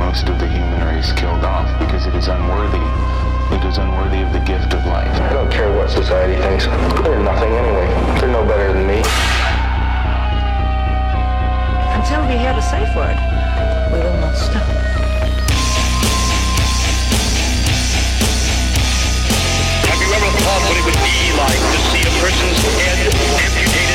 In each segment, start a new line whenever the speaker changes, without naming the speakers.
most of the human race killed off because it is unworthy. It is unworthy of the gift of life.
I don't care what society thinks. They're nothing anyway. They're no better than me.
Until we hear the safe word, we will not stop.
Have you ever thought what it would be like to see a person's head amputated?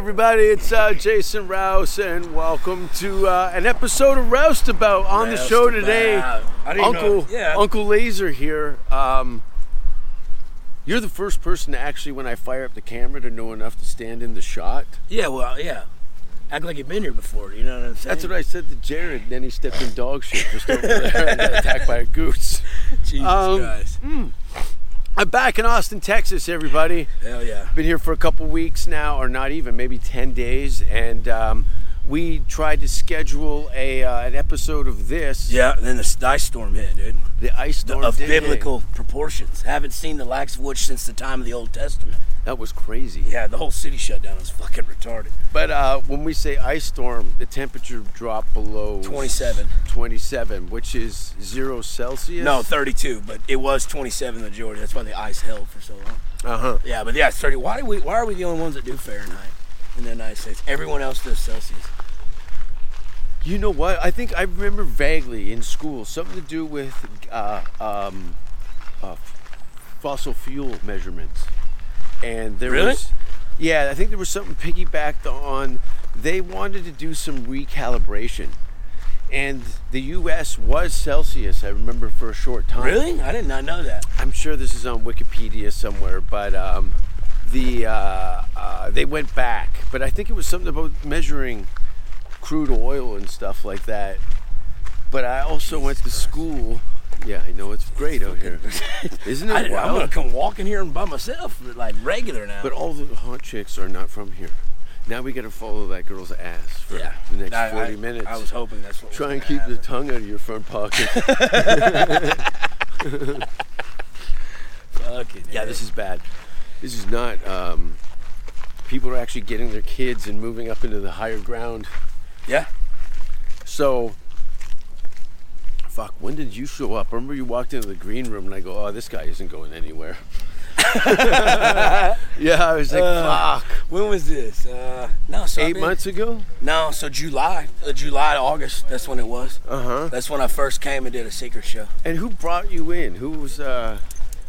Everybody, it's uh, Jason Rouse, and welcome to uh, an episode of Roustabout on the show today. Uncle Uncle Laser here. Um, you're the first person to actually, when I fire up the camera, to know enough to stand in the shot.
Yeah, well, yeah. Act like you've been here before. You know what I'm saying?
That's what I said to Jared. And then he stepped in dog shit just over there and got attacked by a goose.
Jesus
um,
Christ.
I'm back in Austin, Texas. Everybody,
Hell yeah.
been here for a couple weeks now, or not even, maybe 10 days, and um, we tried to schedule a uh, an episode of this.
Yeah. And then the s- ice storm hit, dude.
The ice
The,
storm
of
did hit.
biblical proportions. Haven't seen the likes of which since the time of the Old Testament.
That was crazy.
Yeah, the whole city shut down. It was fucking retarded.
But uh, when we say ice storm, the temperature dropped below
27.
27, which is zero Celsius.
No, 32, but it was 27 the majority. That's why the ice held for so long.
uh huh.
Yeah, but yeah, it's 30. Why do we? Why are we the only ones that do Fahrenheit in the United States? Everyone else does Celsius.
You know what? I think I remember vaguely in school something to do with uh, um, uh, fossil fuel measurements, and there
Really?
was yeah, I think there was something piggybacked on. They wanted to do some recalibration, and the U.S. was Celsius. I remember for a short time.
Really? I did not know that.
I'm sure this is on Wikipedia somewhere, but um, the uh, uh, they went back, but I think it was something about measuring crude oil and stuff like that. But I also went to school. Yeah, I know it's great out here, isn't
I
it?
didn't- I'm
wild?
gonna come walking here by myself, like regular now.
But all the hot chicks are not from here. Now we got to follow that girl's ass for
yeah,
the next
I-
40
I-
minutes.
I was hoping that's what. was
Try and
gonna
keep the
happen.
tongue out of your front pocket.
Fucking
Yeah, this is bad. This is not. Um, people are actually getting their kids and moving up into the higher ground.
yeah.
So, fuck. When did you show up? I remember you walked into the green room and I go, "Oh, this guy isn't going anywhere." yeah, I was like,
Uh,
"Fuck."
When was this? Uh, no, so I've
Eight
been-
months ago.
No, so July, uh, July, to August. That's when it was.
Uh huh.
That's when I first came and did a secret show.
And who brought you in? Who was? uh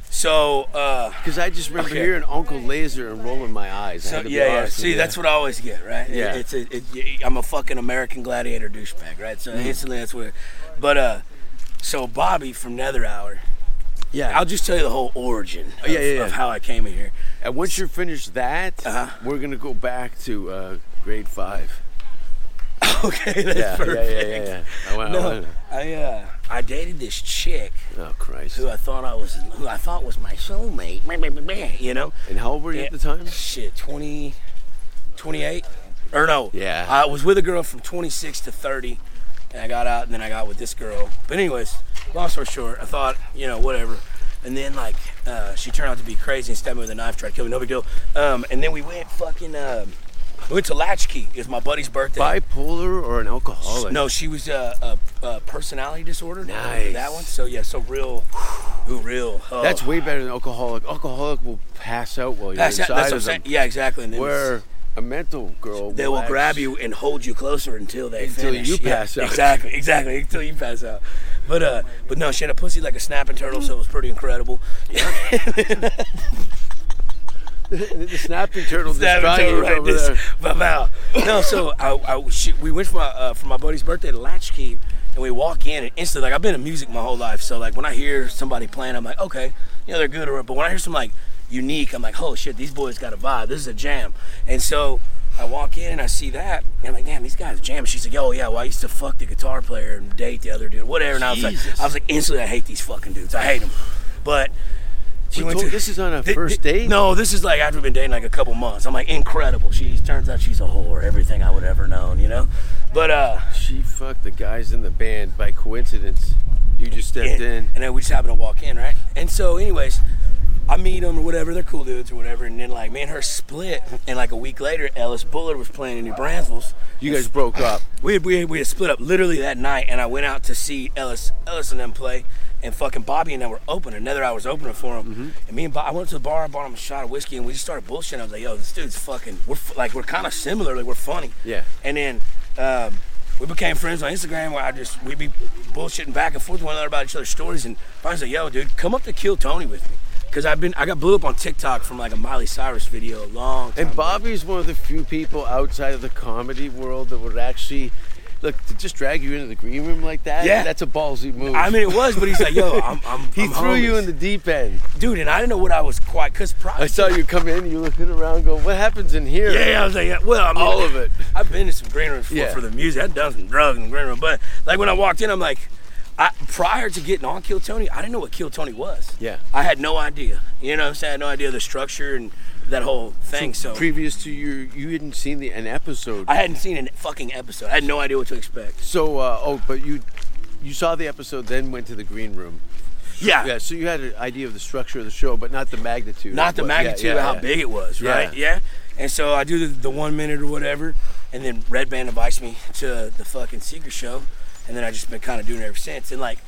So, uh,
Because I just remember
Okay.
hearing Uncle Laser and rolling my eyes. I
so
had to be
yeah, yeah.
honest with
See,
ya.
that's what I always get, right? It-
Yeah.
it's a, it, y- I'm a fucking American gladiator douchebag, right? So
Mm-hmm.
instantly that's what. It, but uh, so Bobby from Nether Hour.
Yeah. Oh,
I'll just tell you the whole origin of,
Yeah, yeah, yeah.
of how I came in here.
And once you're finished that,
Uh-huh.
we're gonna go back to uh, grade five.
Okay, that's perfect.
yeah, yeah, yeah, yeah. I wanna- I
No,
wanna-
I uh, I dated this chick
Oh Christ!
who I thought I was, who I thought was my soulmate. meh, meh, meh, meh, You know,
And how old were you
Yeah.
at the time?
shit, 20, 28, or no?
Yeah.
I was with a girl from twenty six to thirty, and I got out, and then I got with this girl. But anyways, long story short, I thought, you know, whatever. And then like, uh, she turned out to be crazy and stabbed me with a knife, tried to kill me. No big deal. Um, and then we went fucking, um, we went to Latchkey. It was my buddy's birthday.
Bipolar or an alcoholic?
No, she was uh, a, a, a personality disorder.
Nice.
That one. So yeah, so real, ooh, real. Oh.
that's way better than alcoholic. Alcoholic will pass out while you're
That's, that's
inside
what I'm
of them.
saying. Yeah, exactly. And then
Where a mental girl
they will
act-
grab you and hold you closer until they
Until
finish.
you
Yeah,
pass out.
Exactly, exactly. Until you pass out. But uh, but no, she had a pussy like a snapping turtle, so it was pretty incredible.
the snapping turtle
Snapping
destroyed
turtle
you
right
over
this-
there.
Bow, bow. No, so I, I she, we went for my uh, for my buddy's birthday to Latchkey, and we walk in and instantly like I've been in music my whole life, so like when I hear somebody playing, I'm like okay, you know they're good or but when I hear some like unique, I'm like oh shit, these boys got a vibe. This is a jam, and so. I walk in and I see that, and I'm like, damn, these guys jam. She's like, oh yeah, well I used to fuck the guitar player and date the other dude, whatever. And I was like,
Jesus.
I was like, instantly, I hate these fucking dudes. I hate them. But She
We told- this is on a
Thi-
first
thi-
date?
No, this is like after we've been dating like a couple months. I'm like incredible. She turns out she's a whore. Everything I would ever known, you know. But uh,
She fucked the guys in the band by coincidence. You just stepped in.
And then we just happened to walk in, right? And so, anyways, I meet them or whatever. They're cool dudes or whatever. And then, like, me and her split. And like a week later, Ellis Bullard was playing in New Braunfels.
You guys broke up.
We had, we had, we had split up literally that night, and I went out to see Ellis Ellis and them play, and fucking Bobby and them were open. Another I was opening for them,
Mm-hmm.
and me and Bob, I went to the bar, I bought him a shot of whiskey, and we just started bullshitting. I was like, "Yo, this dude's fucking. We're f- like we're kind of similar, like we're funny."
Yeah.
And then um, we became friends on Instagram, where I just we'd be bullshitting back and forth with one another about each other's stories, and finally said, "Yo, dude, come up to Kill Tony with me." Cause I've been I got blew up on TikTok from like a Miley Cyrus video a long time.
And
ago.
Bobby's one of the few people outside of the comedy world that would actually look to just drag you into the green room like that.
Yeah.
that's a ballsy move.
I mean it was, but he's like, yo, I'm, I'm
he
I'm
threw you
homies."
in the deep end.
dude, and I didn't know what I was quite because probably
I saw you come in. You looking around, going, "What happens in here?"
Yeah, I was like, yeah, well, I mean,
All of it.
I've been to some green rooms for,
Yeah.
for the music. I've done some drugs in the green room, but like when I walked in, I'm like, I, prior to getting on Kill Tony, I didn't know what Kill Tony was.
Yeah.
I had no idea. You know, what I'm saying I had no idea of the structure and that whole thing. So,
Previous to you, you hadn't seen the, an episode.
I hadn't seen a fucking episode. I had no idea what to expect.
so, uh, oh, but you, you saw the episode, then went to the green room.
Yeah.
Yeah, so you had an idea of the structure of the show, but not the magnitude.
Not the
What- yeah,
magnitude
yeah,
of how
yeah.
big it was, right? Yeah. And so I do the, the one minute or whatever, and then Red Band invites me to the fucking secret show, and then I just been kind of doing it ever since. And like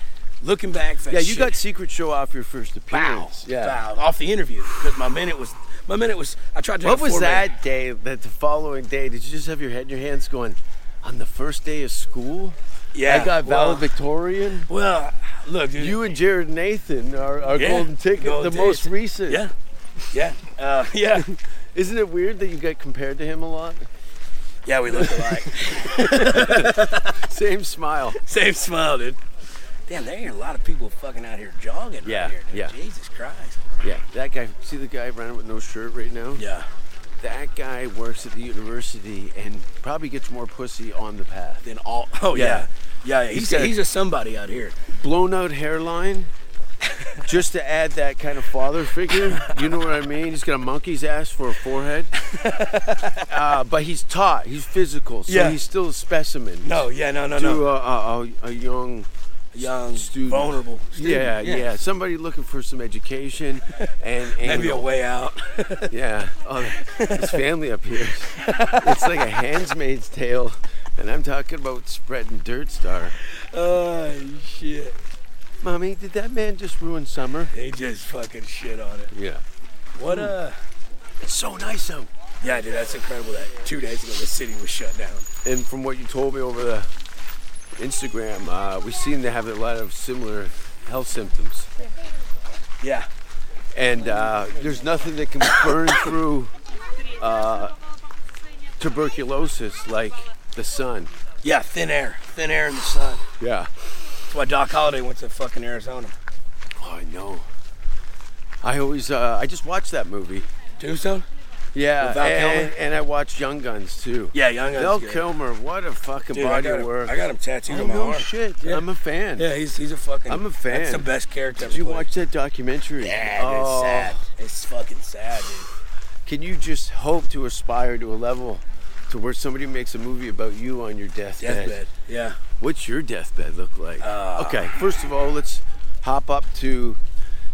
looking back, it's like,
Yeah, you
shit,
got Secret Show off your first
bow,
appearance. yeah.
bow, off the interview because my minute was my minute was I tried to.
What was that day? That the following day, did you just have your head in your hands, going, "On the first day of school,
Yeah,
I got
well-
valedictorian."
Well, look, dude.
You and Jared Nathan are our
Yeah,
golden ticket,
golden
the most
ticket.
recent.
yeah, yeah, uh, yeah,
Isn't it weird that you get compared to him a lot?
yeah. We look alike.
Same smile.
Same smile, dude. Damn, there ain't a lot of people fucking out here jogging.
Yeah,
right here, dude.
yeah.
Jesus Christ.
Yeah, that guy. See the guy running with no shirt right now.
Yeah.
That guy works at the university and probably gets more pussy on the path.
Then all. Oh yeah. Yeah, yeah.
He's
He's,
got a-
a, he's a somebody out here.
blown out hairline just to add that kind of father figure. You know what I mean? He's got a monkey's ass for a forehead. Uh, but he's taut, he's physical, so
Yeah.
he's still a specimen.
No, yeah, no, no,
to
no.
a, a, a, a young,
Young,
uh, student.
vulnerable. Student.
yeah, yeah, somebody looking for some education and
Maybe a
anal.
way out.
Yeah, oh, his family appears. It's like a handsmaid's tale, and I'm talking about spreading dirt star.
oh shit.
Mommy, did that man just ruin summer?
They just fucking shit on it.
Yeah.
What uh
It's so Oh, nice out.
Yeah, dude, that's incredible that two days ago the city was shut down.
and from what you told me over the Instagram, uh, we seem to have a lot of similar health symptoms.
Yeah.
And uh, there's nothing that can burn through uh, tuberculosis like the sun.
Yeah, thin air. Thin air in the sun.
Yeah.
That's why Doc Holliday went to fucking Arizona.
Oh, I know. I always, uh, I just watched that movie.
Tombstone?
Yeah.
With Val
and,
Kilmer?
and I watched Young Guns too.
Yeah, young Guns
Val
is good.
Kilmer, what a fucking
Dude, I
body
got,
of work.
him, I got him tattooed
Oh,
on my
no
arm.
shit.
Yeah.
I'm a fan.
Yeah, he's he's a fucking
I'm a fan.
That's the best character.
Did you watch that documentary?
Yeah, dude, it's
Oh.
sad. It's fucking sad, dude.
Can you just hope to aspire to a level to where somebody makes a movie about you on your deathbed?
Deathbed. Uh. Yeah.
What's your deathbed look like? okay, first of all, let's hop up to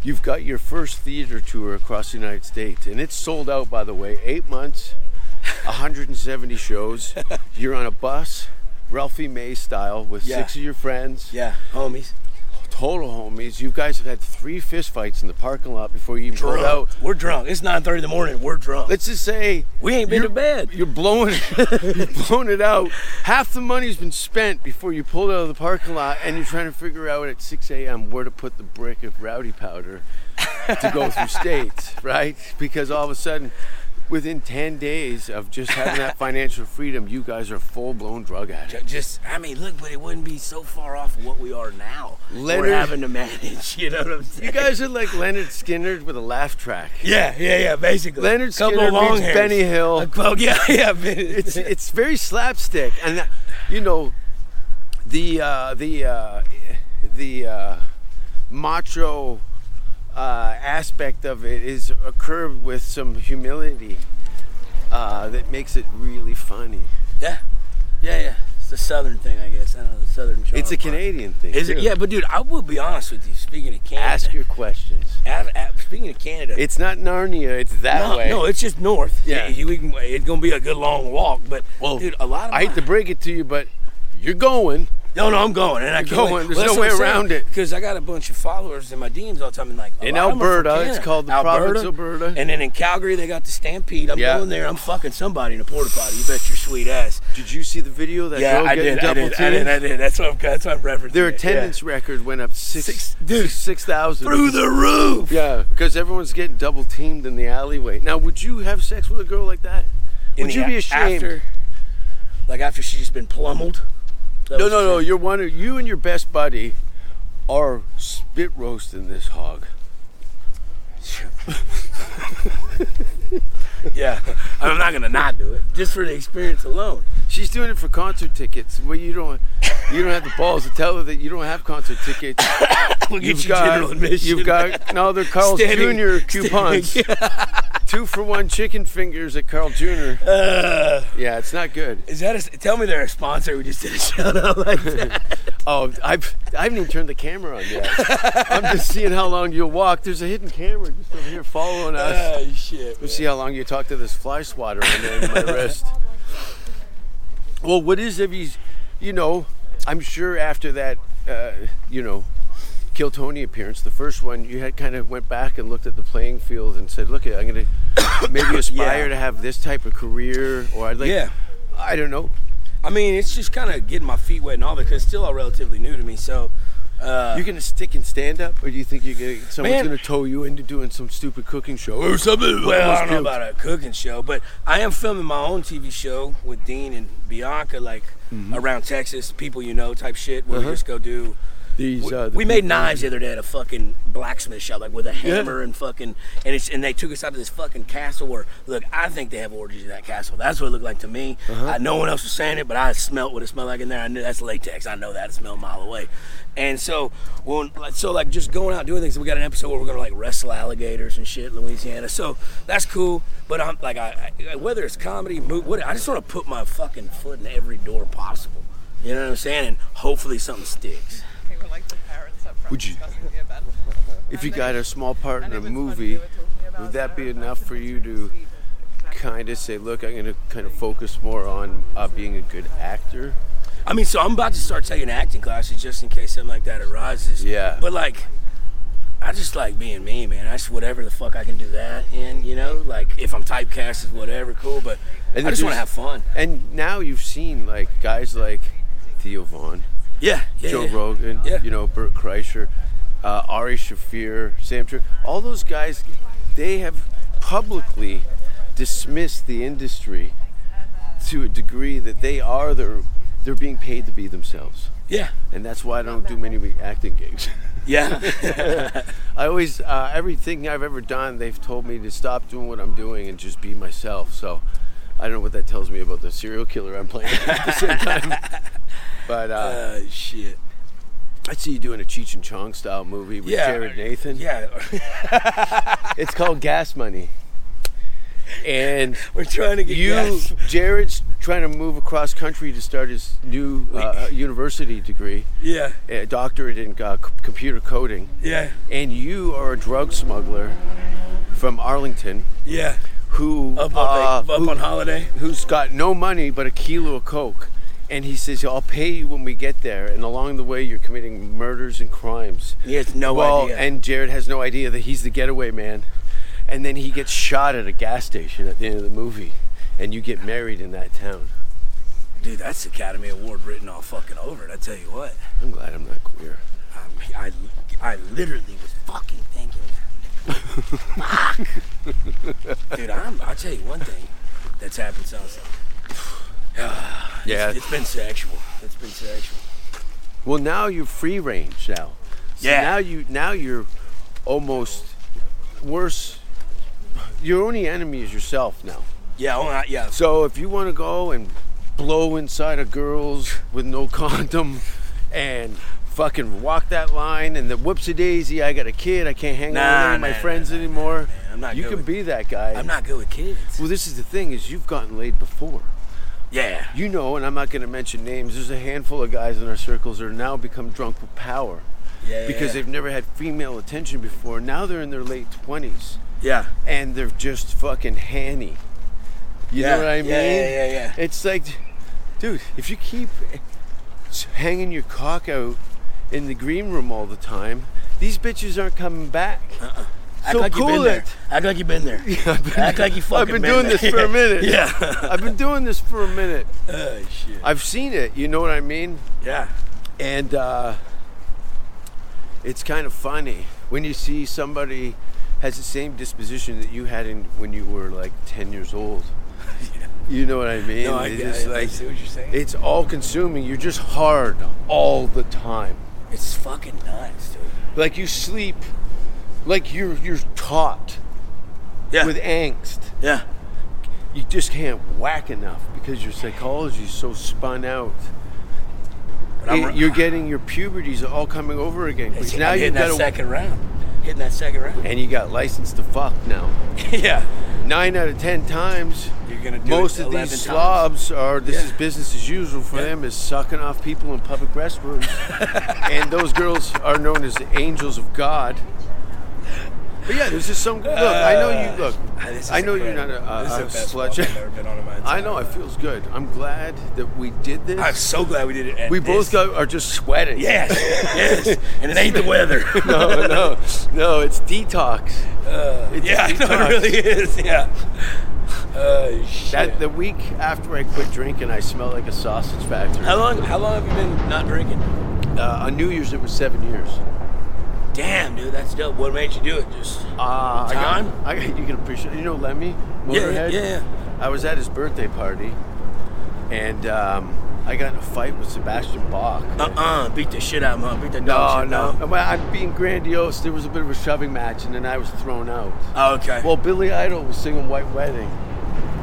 you've got your first theater tour across the United States, and it's sold out, by the way. Eight months, 170 shows. You're on a bus, Ralphie May style, with
Yeah.
six of your friends,
Yeah. Homies.
total homies. You guys have had three fistfights in the parking lot before you even pulled out.
We're drunk. It's 9:30 in the morning. We're drunk.
Let's just say
we ain't been to
you're-
bed.
You're blowing, you're blowing it out. Half the money's been spent before you pulled out of the parking lot, and you're trying to figure out at 6 a.m. where to put the brick of rowdy powder to go through states, right? Because all of a sudden, within 10 days of just having that financial freedom, you guys are full-blown drug addicts.
Just, I mean, look, but it wouldn't be so far off of what we are now.
Leonard-
We're having to manage. You know what I'm saying?
You guys are like Leonard Skinner with a laugh track.
Yeah, yeah, yeah. Basically,
Leonard
Couple
Skinner
long
meets
hairs.
Benny Hill.
A couple- yeah, yeah. Benny-
it's it's very slapstick, and you know, the uh, the uh, the uh, macho uh, aspect of it is occurred with some humility uh, that makes it really funny.
Yeah. Yeah, yeah. It's a southern thing, I guess. I don't know, the southern charm.
It's a
part.
Canadian thing.
Oh, Is it?
too.
Yeah, but dude, I will be honest with you. Speaking of Canada,
Ask your questions.
as- as- speaking of Canada,
It's not Narnia. It's that
no,
way.
no, it's just north.
Yeah.
you, you can- it's gonna be a good long walk, but
Well,
dude, a lot of
I hate
my-
to break it to you, but you're going.
No, no, I'm going, and I
You're
can't
going. There's no way around it.
because I got a bunch of followers in my DMs all the time, and like a
In
lot of them are from
Alberta, it's
Canada.
called the province of Alberta.
and then in Calgary they got the Stampede. I'm
Yeah.
going there. I'm fucking somebody in a porta potty. You bet your sweet ass.
Did you see the video of that
yeah,
girl
I
getting
did, I
double
did, I
teamed?
did. I did. That's what I'm. That's what I'm referencing.
Their
it, yeah.
attendance record went up six,
Six- dude.
six thousand
through the roof.
Yeah, because everyone's getting double teamed in the alleyway. Now, would you have sex with a girl like that?
In
would
the
you be
a-
ashamed?
After, like after she's been plummeled. That
no,
was
no,
the
no.
thing.
You're one. of- You and your best buddy are spit roasting this hog.
Yeah, I'm not gonna not do it just for the experience alone.
She's doing it for concert tickets. Well, you don't. You don't have the balls to tell her that you don't have concert tickets.
We'll get
You've
you
got,
general admission.
You've got no, they're Carl's
Standing-
Jr. coupons.
standing-
Two for one chicken fingers at Carl Jr.
Uh,
Yeah, it's not good.
is that a, tell me they're a sponsor? We just did a shout out like that.
Oh, I've I haven't even turned the camera on yet. I'm just seeing how long you'll walk. There's a hidden camera just over here following us.
oh shit!
We'll
man.
see how long you talk to this fly swatter on there in my wrist. Well, what is if he's, you know, I'm sure after that, uh, you know, Kill Tony appearance, the first one, you had kind of went back and looked at the playing field and said, look, I'm going to maybe aspire
Yeah.
to have this type of career, or I'd like,
Yeah.
I don't know.
I mean, it's just kind of getting my feet wet and all that because it's still all relatively new to me. So, uh,
You gonna stick and stand up, or do you think you gonna, someone's
Man.
gonna tow you into doing some stupid cooking show or something?
well, I don't know about a cooking show, but I am filming my own TV show with Dean and Bianca, like around Texas, people you know type shit. Where we just go do.
these.
We,
uh, the
we made knives the other day at a fucking blacksmith shop, like with a hammer and fucking, and it's and they took us out to this fucking castle where, look, I think they have orgies in that castle. That's what it looked like to me.
Uh-huh.
I, no one else was saying it, but I smelt what it smelled like in there. I knew that's latex. I know that it smelled a mile away. And so when, like, so like just going out doing things. We got an episode where we're gonna like wrestle alligators and shit, in Louisiana. So that's cool. But I'm like, I, I whether it's comedy, mo- what, I just want to put my fucking foot in every door possible. You know what I'm saying? And hopefully something sticks.
They were like the parents up front
Would you-
discussing the event.
if you got a small part
And
in a
it was funny,
movie,
they were talking about
would that be
Sarah
enough
Paxton,
for
which
you
was
to
sweet and exactly
kind of say, look, I'm gonna kind of focus more on uh, being a good actor?
I mean, so I'm about to start taking acting classes just in case something like that arises.
Yeah.
But like, I just like being me, man. I just whatever the fuck I can do that in, you know. Like if I'm typecast as whatever, cool. But
And
I
if
just
there's-
want to have fun.
And now you've seen like guys like Theo Vaughn,
Yeah. yeah
Joe
yeah.
Rogan,
Yeah.
you know, Burt Kreischer, uh, Ari Shafir, Sam Trigg, all those guys, they have publicly dismissed the industry to a degree that they are their, they're being paid to be themselves.
Yeah.
And that's why I don't do many acting gigs.
Yeah.
I always, uh, everything I've ever done, they've told me to stop doing what I'm doing and just be myself. So I don't know what that tells me about the serial killer I'm playing at the same time. But uh,
uh, shit.
I see you doing a Cheech and Chong style movie with
Yeah.
Jared Nathan.
Yeah.
It's called Gas Money. And
We're trying to get
you,
Yes.
Jared's trying to move across country to start his new uh, university degree,
Yeah.
a doctorate in uh, c- computer coding.
Yeah.
And you are a drug smuggler from Arlington
Yeah.
who
Up on,
uh,
up
who-
on holiday.
who's got no money but a kilo of coke and he says i'll pay you when we get there and along the way you're committing murders and crimes
He has no
well
idea.
and jared has no idea that he's the getaway man and then he gets shot at a gas station at the end of the movie and you get married in that town
Dude, that's Academy Award written all fucking over it. I tell you what.
i'm glad i'm not queer
I, I, I literally was fucking thinking that. Fuck. Dude, I'm, I'll tell you one thing that's happened since.
yeah
It's been sexual. It's been sexual.
well now you're free range now so
Yeah.
now you now you're almost worse your only enemy is yourself now
Yeah, well, I- yeah.
So if you want to go and blow inside of girls with no condom and fucking walk that line and the whoopsie daisy, I got a kid, I can't hang out
Nah,
with any of my
nah,
friends
nah, nah,
anymore.
nah, man, I'm not
you
good
can
with-
be that guy.
I'm not good with kids.
Well, this is the thing is you've gotten laid before.
Yeah.
You know, and I'm not going to mention names. There's a handful of guys in our circles that are now become drunk with power
Yeah.
because they've never had female attention before. Now they're in their late 20s
Yeah.
and they're just fucking hanny. You
Yeah,
know what I
yeah,
mean?
yeah, yeah, yeah.
It's like, dude, if you keep s- hanging your cock out in the green room all the time, these bitches aren't coming back.
Uh-uh. Act
So
like you
cool
been there.
it.
Act like you've been there.
I've been,
Act like you fucking
I've been
been
doing
there.
this for a minute.
Yeah.
I've been doing this for a minute.
oh shit.
I've seen it. You know what I mean?
Yeah.
And uh, it's kind of funny when you see somebody has the same disposition that you had in, when you were like 10 years old. You know what I mean?
No, I
It's
get
just
it. I see what you're saying.
It's all consuming. You're just hard all the time.
It's fucking nuts, dude.
Like you sleep, like you're you're taught
Yeah.
with angst.
yeah.
You just can't whack enough because your psychology is so spun out.
But I'm-
It- you're getting your puberties all coming over again.
It's-
Because now
I'm
you've
hitting that
got to
second round. Hitting that second round.
and you got license to fuck now.
yeah.
Nine out of ten times,
You're gonna do
most
it
of
11
these
times.
slobs are this
Yeah.
is business as usual for
Yeah.
them is sucking off people in public restrooms, and those girls are known as the angels of God. But yeah, there's just some look. I know you look.
Ah, this is
I know you're not
incredible.
a, a,
This is
a
the best walk I've ever
slut.
been on in my
I
entire
know. It
life.
feels good. I'm glad that we did this.
I'm so glad we did it. At
we
this.
both got, are just sweating.
Yes. yes. And it ain't the weather.
no, no, no. It's detox. It's
Uh, Yeah, I know
detox.
it really is. Yeah. Oh shit.
That the week after I quit drinking, I smelled like a sausage factory.
how long? How long have you been not drinking?
Uh, on New Year's, it was seven years.
Damn, dude, that's dope. What made you do it? Just
Uh, I got,
Time?
I got, you can appreciate. You know Lemmy
Yeah,
Motorhead.
yeah, yeah.
I was at his birthday party, and um, I got in a fight with Sebastian Bach.
uh uh beat the shit out of him. huh? Beat the
No,
dog shit out
no.
of him.
Well, I'm being grandiose. There was a bit of a shoving match, and then I was thrown out.
Oh, okay.
Well, Billy Idol was singing "White Wedding."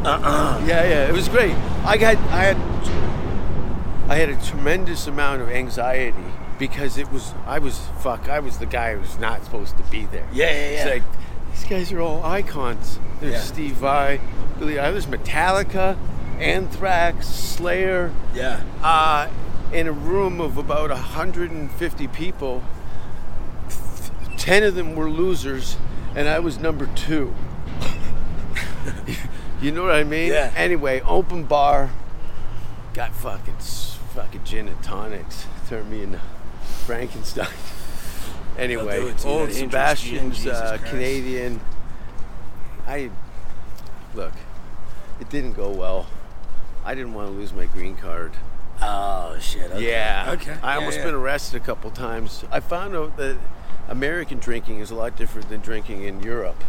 uh uh
Yeah, yeah, it was great. I had, I had, I had a tremendous amount of anxiety because it was, I was, fuck, I was the guy who was not supposed to be there.
Yeah, yeah, yeah.
It's like these guys are all icons. There's
Yeah.
Steve Vai, Billy Idol, there's Metallica, Anthrax, Slayer,
Yeah.
uh, in a room of about 150 people. th- Ten of them were losers, and I was number two. you know what I mean?
Yeah.
Anyway, open bar. Got fucking s- fucking gin and tonics. Turned me into Frankenstein.
They'll do
Anyway,
it to you,
old
that interest you,
Sebastian's
Jesus
uh,
Christ.
Canadian. I look. It didn't go well. I didn't want to lose my green card.
Oh shit. Okay.
Yeah.
Okay.
I
Yeah,
almost
yeah.
been arrested a couple times. I found out that American drinking is a lot different than drinking in Europe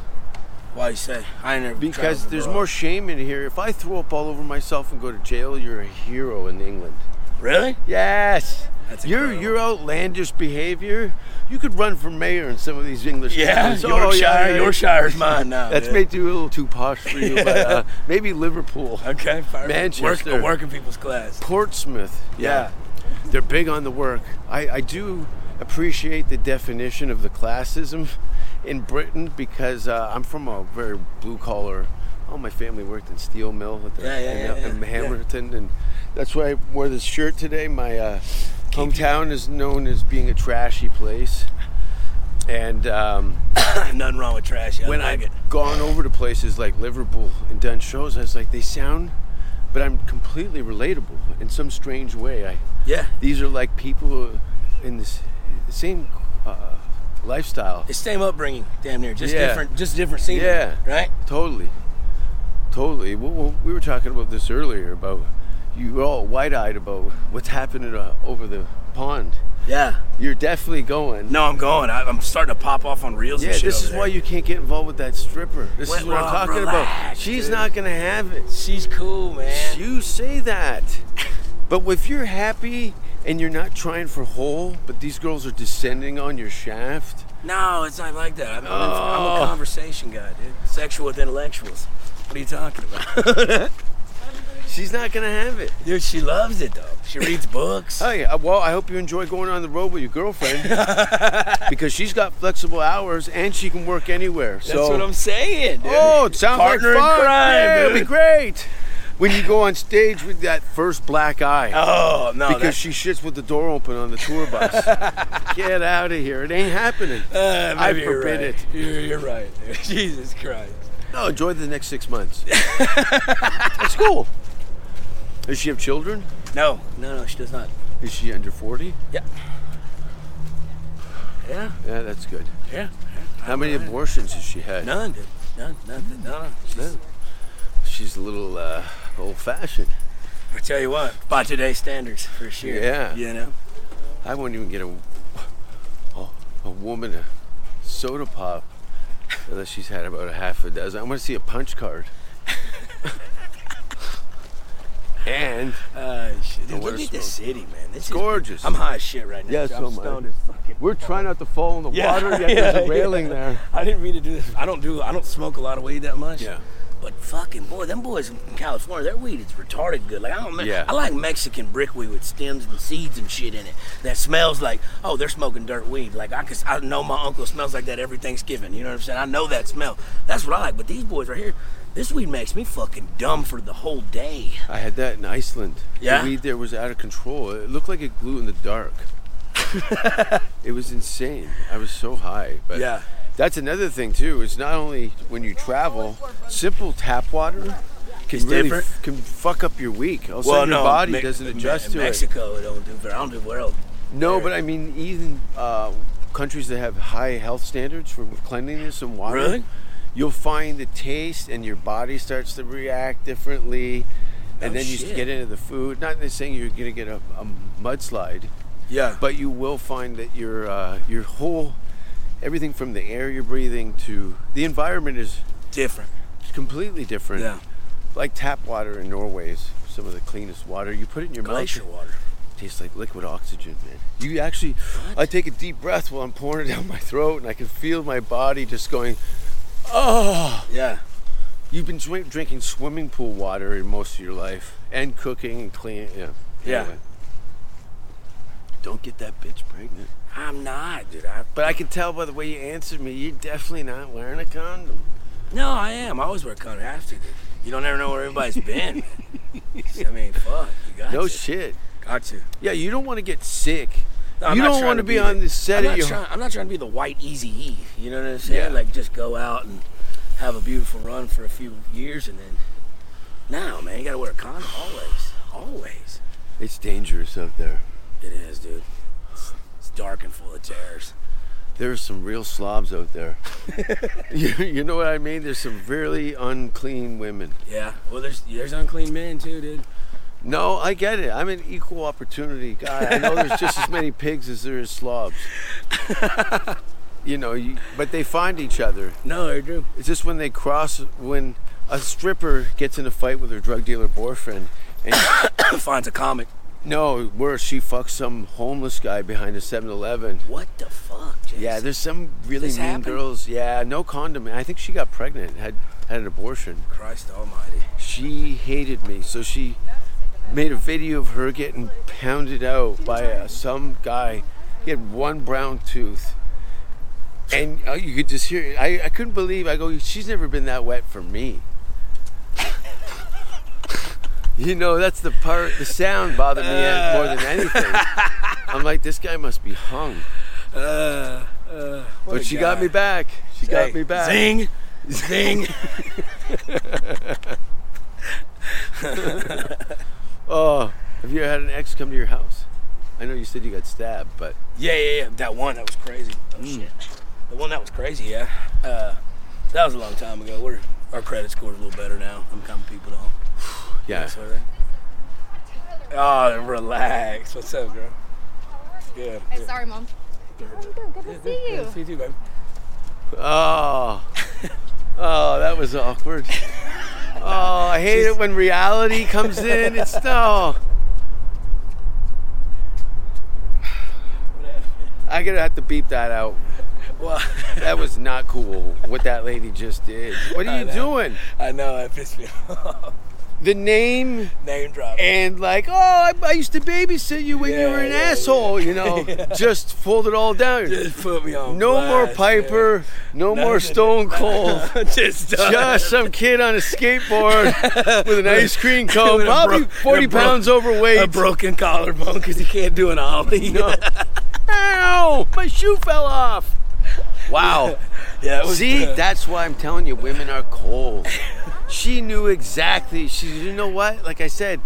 Why you say? I ain't never.
because
traveled
there's
abroad.
more shame in here. If I throw up all over myself and go to jail, you're a hero in England.
Really?
Yes.
That's
your
incredible.
your outlandish behavior. You could run for mayor in some of these English
Yeah.
towns. Oh,
Yorkshire.
yeah, yeah.
Yorkshire's mine now.
That's
dude.
maybe a little too posh for you, but uh, maybe Liverpool.
Okay. Fire.
Manchester.
Work, a working people's class.
Portsmouth.
Yeah.
Yeah. They're big on the work. I, I do appreciate the definition of the classism in Britain because uh, I'm from a very blue collar. All my family worked in steel mill at the,
Yeah, yeah,
in,
yeah,
in
yeah, yeah.
Hamilton, and that's why I wore this shirt today. My uh, hometown is known as being a trashy place, and. Um,
Nothing wrong with trash. I
when
like
I've
it.
gone over to places like Liverpool and done shows, I was like, they sound, but I'm completely relatable in some strange way. I,
Yeah.
these are like people in this the same uh, lifestyle.
It's same upbringing, damn near. Just
Yeah.
different. Just different scenery.
Yeah.
Right.
Totally, totally. We, we we were talking about this earlier about you were all wide-eyed about what's happening uh, over the pond.
Yeah.
You're definitely going.
No, I'm going. I, I'm starting to pop off on reels.
Yeah,
and shit
this
over
is
there.
why you can't get involved with that stripper. This
Well,
is what I'm
well,
talking about.
relax,
She's
dude.
not gonna have it.
She's cool, man.
You say that. But if you're happy and you're not trying for whole, but these girls are descending on your shaft,
No, it's not like that. I'm, I'm- I'm a
Oh.
conversation guy, dude. Sexual with intellectuals. What are you talking about?
She's not gonna have it.
Dude, she loves it though. She reads books.
Oh yeah. Well, I hope you enjoy going on the road with your girlfriend because she's got flexible hours and she can work anywhere.
That's
so
what I'm saying, dude.
Oh, it sounds
Partner in
like fun.
crime,
yeah, it'd be
dude.
great. When you go on stage with that first black eye.
Oh, no.
because
that-
she shits with the door open on the tour bus. Get out of here. It ain't happening.
Uh,
I
maybe you're
forbid
right. You're, you're right. dude. Jesus Christ.
No, enjoy the next six months. That's cool. Does she have children?
No, no, no, she does not.
Is she under 40?
Yeah. Yeah,
Yeah, that's good.
yeah.
How many abortions has she had?
None, dude. None, none, no, no. She's-
She's a little uh, old fashioned.
I tell you what, by today's standards, for sure.
Yeah.
You know?
I wouldn't even get a, a, a woman a soda pop unless she's had about a half a dozen. I want to see a punch card. and
Uh, shit. Dude,
water
look at this
smoke.
city, man. This is
gorgeous.
I'm high as shit right now.
Yeah,
dude.
so
I'm
am I.
stoned as fucking.
We're trying not to fall in the
Yeah,
water. Yet
yeah,
there's a railing
yeah.
there.
I didn't mean to do this. I don't do. I don't smoke a lot of weed that much.
Yeah.
But fucking boy, them boys in California, their weed is retarded good. Like I don't.
Yeah.
Yeah. I like Mexican brickweed with stems and seeds and shit in it that smells like. Oh, they're smoking dirt weed. Like I could. I know my uncle smells like that every Thanksgiving. You know what I'm saying? I know that smell. That's what I like. But these boys right here, this weed makes me fucking dumb for the whole day.
I had that in Iceland.
Yeah?
The weed there was out of control. It looked like a glue in the dark. it was insane. I was so high. But
Yeah.
that's another thing too. It's not only when you travel, simple tap water can
It's
really
different.
f- can fuck up your week. All of a sudden your body
Me-
doesn't
Me-
adjust to it.
Mexico, it don't do very. I don't do well.
No, but I mean even uh, countries that have high health standards for cleanliness and water.
Really?
You'll find the taste and your body starts to react differently. And
Oh,
then you
shit.
get into the food. Not that saying you're gonna get a, a mudslide,
Yeah.
but you will find that your uh, your whole everything from the air you're breathing to the environment is
different.
completely different.
Yeah.
Like tap water in Norway is some of the cleanest water. You put it in your
Glacier
mouth,
water.
it tastes like liquid oxygen, man. You actually, I take a deep breath while I'm pouring it down my throat, and I can feel my body just going, oh.
Yeah.
You've been dri- drinking swimming pool water in most of your life, and cooking and cleaning. Yeah.
Yeah.
Don't get that bitch pregnant.
I'm not, dude. I,
But I can tell by the way you answered me, you're definitely not wearing a condom.
no, I am. I always wear condom. I have to. Dude. You don't ever know where everybody's been. man. I mean, fuck. You got
No
to.
shit.
Got to.
Yeah, you don't want to get sick.
No, I'm
you
not
don't
trying
want to
to
be,
be
on
the-
this set
I'm
of
not,
your.
trying, I'm not trying to be the white easy E. You know what I'm saying?
Yeah.
Like, just go out and have a beautiful run for a few years and then. No, man. You got to wear a condom always. Always.
It's dangerous out there.
It is, dude. It's, it's dark and full of terrors.
There's some real slobs out there. you, you know what I mean? There's some really unclean women.
Yeah. Well, there's there's unclean men too, dude.
No, I get it. I'm an equal opportunity guy. I know there's just as many pigs as there is slobs. you know, you, but they find each other.
No, they do.
It's just when they cross, when a stripper gets in a fight with her drug dealer boyfriend, and
Finds a comic.
no, worse, she fucks some homeless guy behind a 7 Eleven.
What the fuck? Jason?
Yeah, there's some really
This
mean
happened?
girls. Yeah, no condom. I think she got pregnant, had had an abortion.
Christ Almighty.
She hated me, so she made a video of her getting pounded out by uh, some guy. He had one brown tooth, and uh, you could just hear. It. I I couldn't believe. I go, she's never been that wet for me. you know, that's the part. The sound bothered me uh, more than anything. I'm like, this guy must be hung.
Uh, uh, what a
But she got
guy.
me back. She got
Hey,
me back.
Zing, zing.
Oh, have you ever had an ex come to your house? I know you said you got stabbed, but
yeah, yeah, yeah. That one that was crazy. Oh shit. The one that was crazy. Yeah. Uh, that was a long time ago. We're our credit score's a little better now. I'm kind of people don't.
yeah.
Sort of. Oh, relax. What's up, girl? Good.
Hey, sorry, mom. I'm good. Good to see you.
Good to see you, too, baby.
Oh, oh, that was awkward. Oh, I hate it when reality comes in. It's oh. no. I gotta have to beep that out.
Well,
That was not cool. What that lady just did. What are
I
you
know.
doing?
I know it pissed me off.
the name
Name drop.
and like, oh, I, I used to babysit you when you
Yeah,
were an
yeah,
asshole, you know, just fold it all down.
Just put me on.
no more
blast,
Piper, no more
Nothing.
Stone Cold.
man. just uh, done.
Just some kid on a skateboard with an ice cream cone,
With a
probably
bro-
40
a bro-
pounds
a
overweight.
broken collarbone because he can't do an ollie.
Ow! My shoe fell off. Wow.
yeah, it was
See,
uh,
that's why I'm telling you, women are cold. she knew exactly. She, you know what? Like I said,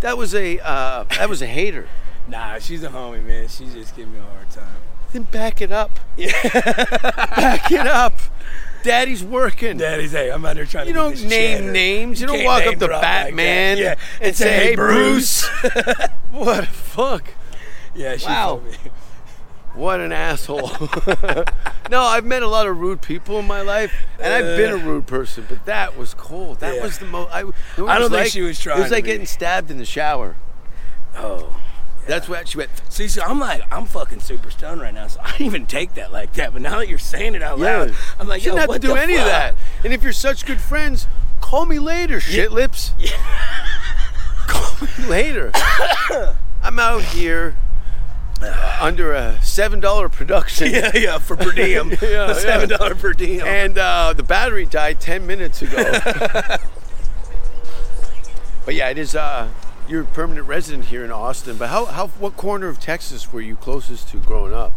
that was a uh, that was a hater.
Nah, she's a homie, man. She's just giving me a hard time.
Then back it up. back it up. Daddy's working.
Daddy's hey, I'm out here trying
You
to. get
don't
this
name
cheddar.
names. You, don't
can't
walk
name
up to
drop like that.
Batman
yeah.
and, say, "Hey, Bruce." what a fuck.
yeah, she
Wow.
told me.
What an asshole. no, I've met a lot of rude people in my life, and I've been a rude person, but that was cold. That
Yeah.
was the most. I, you know what
I
it
don't think
like?
she was
It
trying
was
to
like
be.
getting stabbed in the shower.
Oh.
That's what she went.
See, so I'm like, I'm fucking super stoned right now, so I didn't even take that like that. But now that you're saying it out
Yeah.
loud, I'm like,
You shouldn't
yo,
have to
what
do
the
any of
fuck?
that. And if you're such good friends, call me later, shit lips. call me later. I'm out here uh, under a $7 production.
Yeah, yeah, for per diem,
Yeah, yeah.
yeah, seven dollar per diem.
and uh, the battery died 10 minutes ago. but yeah, it is. Uh, you're a permanent resident here in Austin. But how, how, what corner of Texas were you closest to growing up?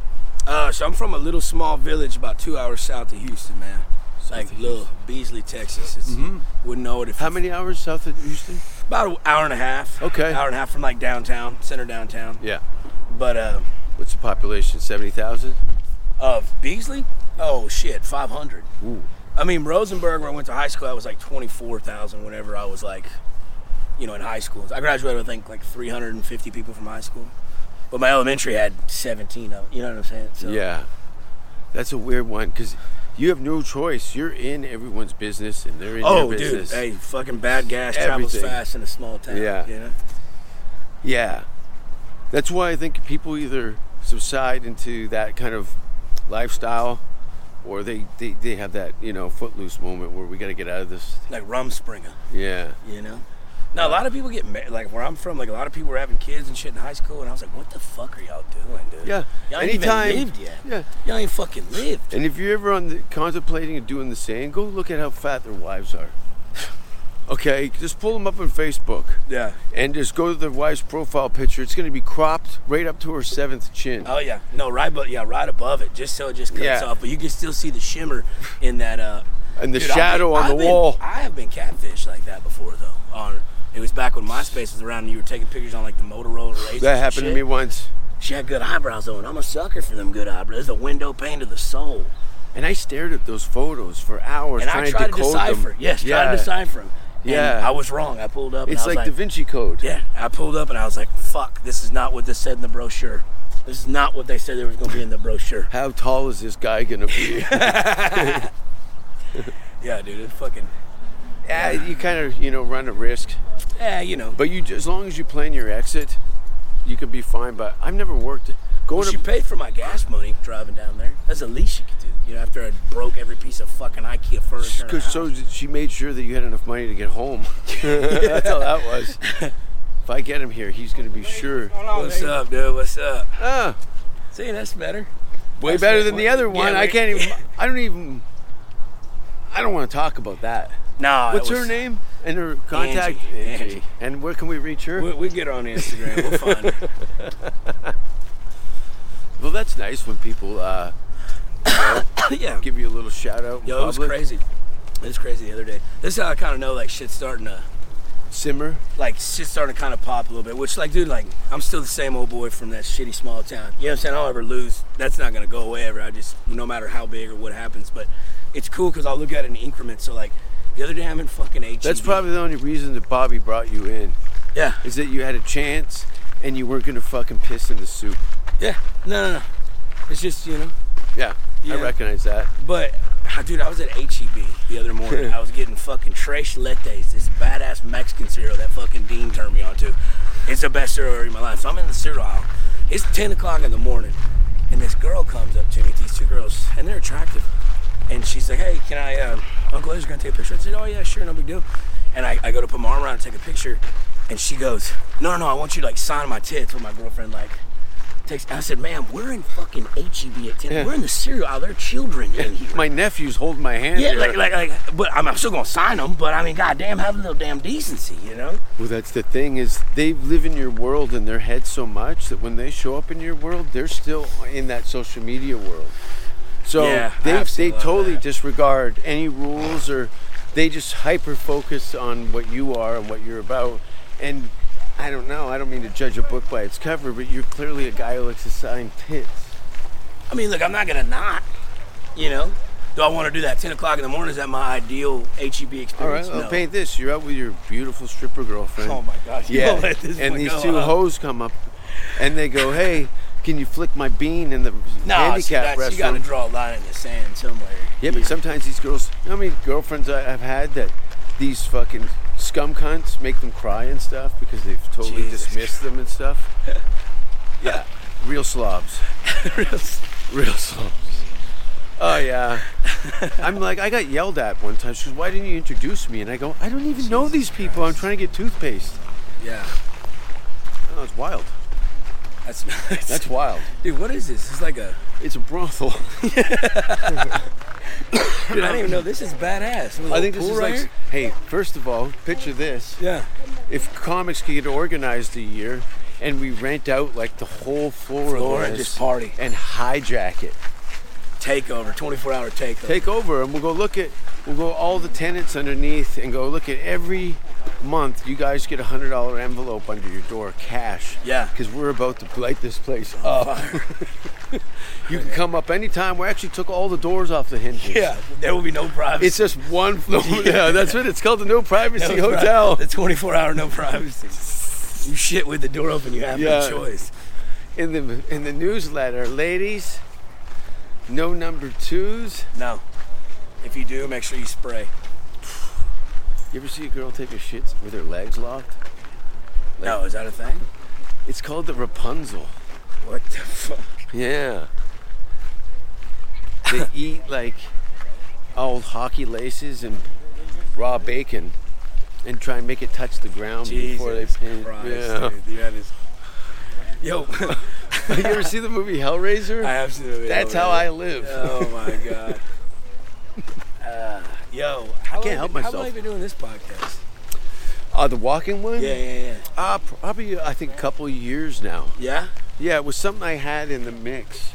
Uh, so I'm from a little small village about two hours south of Houston, man. It's like little Beasley, Texas. It's, Wouldn't know it if
Mm-hmm. How many hours south of Houston?
about an hour and a half.
Okay.
hour and a half from like downtown, center downtown.
Yeah.
But uh,
What's the population? 70,000?
of Beasley, oh shit, 500.
Ooh.
I mean Rosenberg, where I went to high school, I was like 24,000. Whenever I was like, you know, in high school, I graduated with I think like 350 people from high school. But my elementary had 17 of, you know what I'm saying? So,
Yeah. That's a weird one because you have no choice. You're in everyone's business and they're in
Oh,
your
dude!
business.
Hey, fucking bad gas
Everything.
travels fast in a small town.
Yeah.
you know?
Yeah. That's why I think people either subside into that kind of lifestyle or they, they, they have that, you know, footloose moment where we got to get out of this.
like Rumspringer,
Yeah.
you know. Now a lot of people get married, like where I'm from. Like a lot of people were having kids and shit in high school, and I was like, "What the fuck are y'all doing, dude?
Yeah.
y'all
Anytime.
ain't even lived yet.
Yeah.
y'all ain't fucking lived.
And if you're ever on the, contemplating and doing the same, go look at how fat their wives are. Okay, just pull them up on Facebook
Yeah.
and just go to their wife's profile picture. It's going to be cropped right up to her seventh chin.
Oh yeah. No, right, but yeah, right above it, just so it just cuts
Yeah.
off, but you can still see the shimmer in that. uh
And the
I've
shadow on
I've
the wall.
I have been catfished like that before, though. On it was back when MySpace was around, and you were taking pictures on like the Motorola Razr.
that happened to me once.
She had good eyebrows though, and I'm a sucker for them good eyebrows. It's a window pane to the soul.
And I stared at those photos for hours
and
trying
I tried to,
decode
decipher.
them.
Yes, tried to decipher them.
Yeah.
I was wrong. I pulled up. and
It's
I was
like,
like,
Da Vinci Code.
yeah. I pulled up and I was like, "Fuck! This is not what this said in the brochure. This is not what they said there was going to be in the brochure."
How tall is this guy gonna be?
Yeah, dude. It fucking.
yeah, you kind of you know run a risk,
Yeah, you know.
but you ju- as long as you plan your exit, you could be fine. But I've never worked going
Well, she
to
paid for my gas money driving down there. That's the least she could do. You know, after I broke every piece of fucking IKEA furniture. in the
because so
house.
that she made sure that you had enough money to get home. That's how that was. If I get him here, he's gonna be sure.
What's up, dude? What's up?
Ah,
See, that's better.
way
That's
better
it.
than the other
Yeah,
one. I
right.
can't even. I don't even. I don't want to talk about that.
Nah. it
What's
was-
her name and her contact?
Angie. Angie.
And where can we reach her?
We, we get her on Instagram. We'll find her.
Well, that's nice when people uh,
yeah.
give you a little shout out. in
Yo, it was
public.
crazy. It was crazy the other day. This is how I kind of know like shit's starting to
Simmer.
like shit's starting to kind of pop a little bit. Which like, dude, like I'm still the same old boy from that shitty small town. You know what I'm saying? I'll ever lose. That's not gonna go away ever. I just no matter how big or what happens. But it's cool because I'll look at it in increments. So like the other day I'm in fucking H. E
That's probably the only reason that Bobby brought you in
yeah
is that you had a chance and you weren't gonna fucking piss in the soup.
yeah no no no. It's just you know.
Yeah,
Yeah.
I recognize that.
But ah, dude, I was at HEB the other morning. I was getting fucking tres letes, this badass Mexican cereal that fucking Dean turned me on to. It's the best cereal I've ever in my life. So I'm in the cereal aisle. It's 10 o'clock in the morning, and this girl comes up to me. These two girls, and they're attractive. And she's like, "Hey, can I, uh, Uncle Ezra's gonna take a picture?" I said, "Oh yeah, sure, no big deal." And I, I go to put my arm around her, take a picture, and she goes, "No, no, no, I want you to like sign my tits." With my girlfriend like takes. I said, "Ma'am, we're in fucking HEB at ten.
Yeah.
We're in the cereal aisle. There are children in here."
My nephew's holding my hand.
yeah,
here.
like, like, like, but I'm, I'm still gonna sign them. But I mean, goddamn, have a little damn decency, you know?
Well, that's the thing is they live in your world in their head so much that when they show up in your world, they're still in that social media world. So
Yeah, I
they they
absolutely love
totally
that.
disregard any rules or they just hyper focus on what you are and what you're about. And I don't know. I don't mean to judge a book by its cover, but you're clearly a guy who likes to sign tits.
I mean, look, I'm not gonna not, you know. Do I want to do that? 10 o'clock in the morning is that my ideal HEB
All right,
experience?
well,
no.
paint this. You're out with your beautiful stripper girlfriend.
Oh my gosh, you
Yeah.
don't let this
and
one
these
go
two
up.
hoes come up, and they go, "Hey, can you flick my bean in the
Nah, see,
handicap
that's,
restroom?"
you gotta draw a line in the sand somewhere.
yeah, but sometimes these girls. You know how many girlfriends I, I've had that these fucking scum cunts make them cry and stuff because they've totally
Jesus
dismissed them and stuff. yeah, real slobs. Real slums. Oh yeah. I'm like, I got yelled at one time. She goes, "Why didn't you introduce me?" And I go, "I don't even know these people. I'm trying to get toothpaste."
yeah,
No, it's wild.
that's nice.
That's wild.
Dude, what is this? It's like a.
It's a brothel.
I didn't even know this is badass.
I think this
Pool
is
right
like.
here?
Hey, first of all, picture this.
Yeah.
If comics could get organized a year, and we rent out like the whole floor,
Floor
of
and
this
just party.
and hijack it,
Takeover, 24 hour takeover.
take over, and we'll go look at. We'll go all the tenants underneath and go look at every month. You guys get a hundred dollar envelope under your door, cash.
Yeah.
Because we're about to light this place up. you can come up anytime. We actually took all the doors off the hinges.
yeah, there will be no privacy.
It's just one floor. yeah, that's what it's called the no privacy
No pri-
hotel.
The 24 hour no privacy. You shit with the door open, you have
Yeah.
no choice.
In the in the newsletter, ladies, no number twos.
No. If you do, make sure you spray.
You ever see a girl take a shit with her legs locked?
No, is that a thing?
It's called the Rapunzel.
What the fuck?
Yeah. They eat like old hockey laces and raw bacon and try and make it touch the ground before they
Jesus
paint.
Christ,
Yeah.
dude, that is. Yo,
you ever see the movie Hellraiser?
I absolutely.
That's
love
how
it.
I live.
Oh my god. Uh, yo, how
can't help
long- How long
myself.
have you been doing this podcast?
Uh, the walking one?
Yeah, yeah, yeah.
Uh, probably, I think, a couple years now.
Yeah?
Yeah, it was something I had in the mix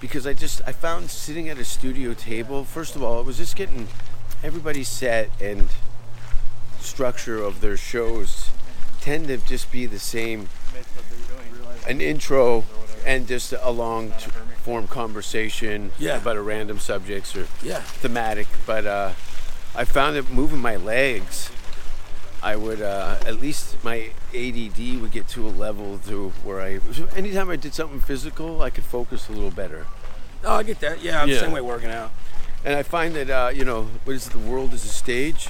because I just I found sitting at a studio table. First of all, it was just getting everybody set and structure of their shows tend to just be the same. An intro and just a long t- form conversation
Yeah.
about a random subjects or
Yeah.
thematic, but uh, I found that moving my legs, I would uh, at least my ADD would get to a level to where I, anytime I did something physical, I could focus a little better.
Oh, I get that. Yeah, I'm
Yeah.
the same way working out.
And I find that uh, you know, what is it, the world is a stage.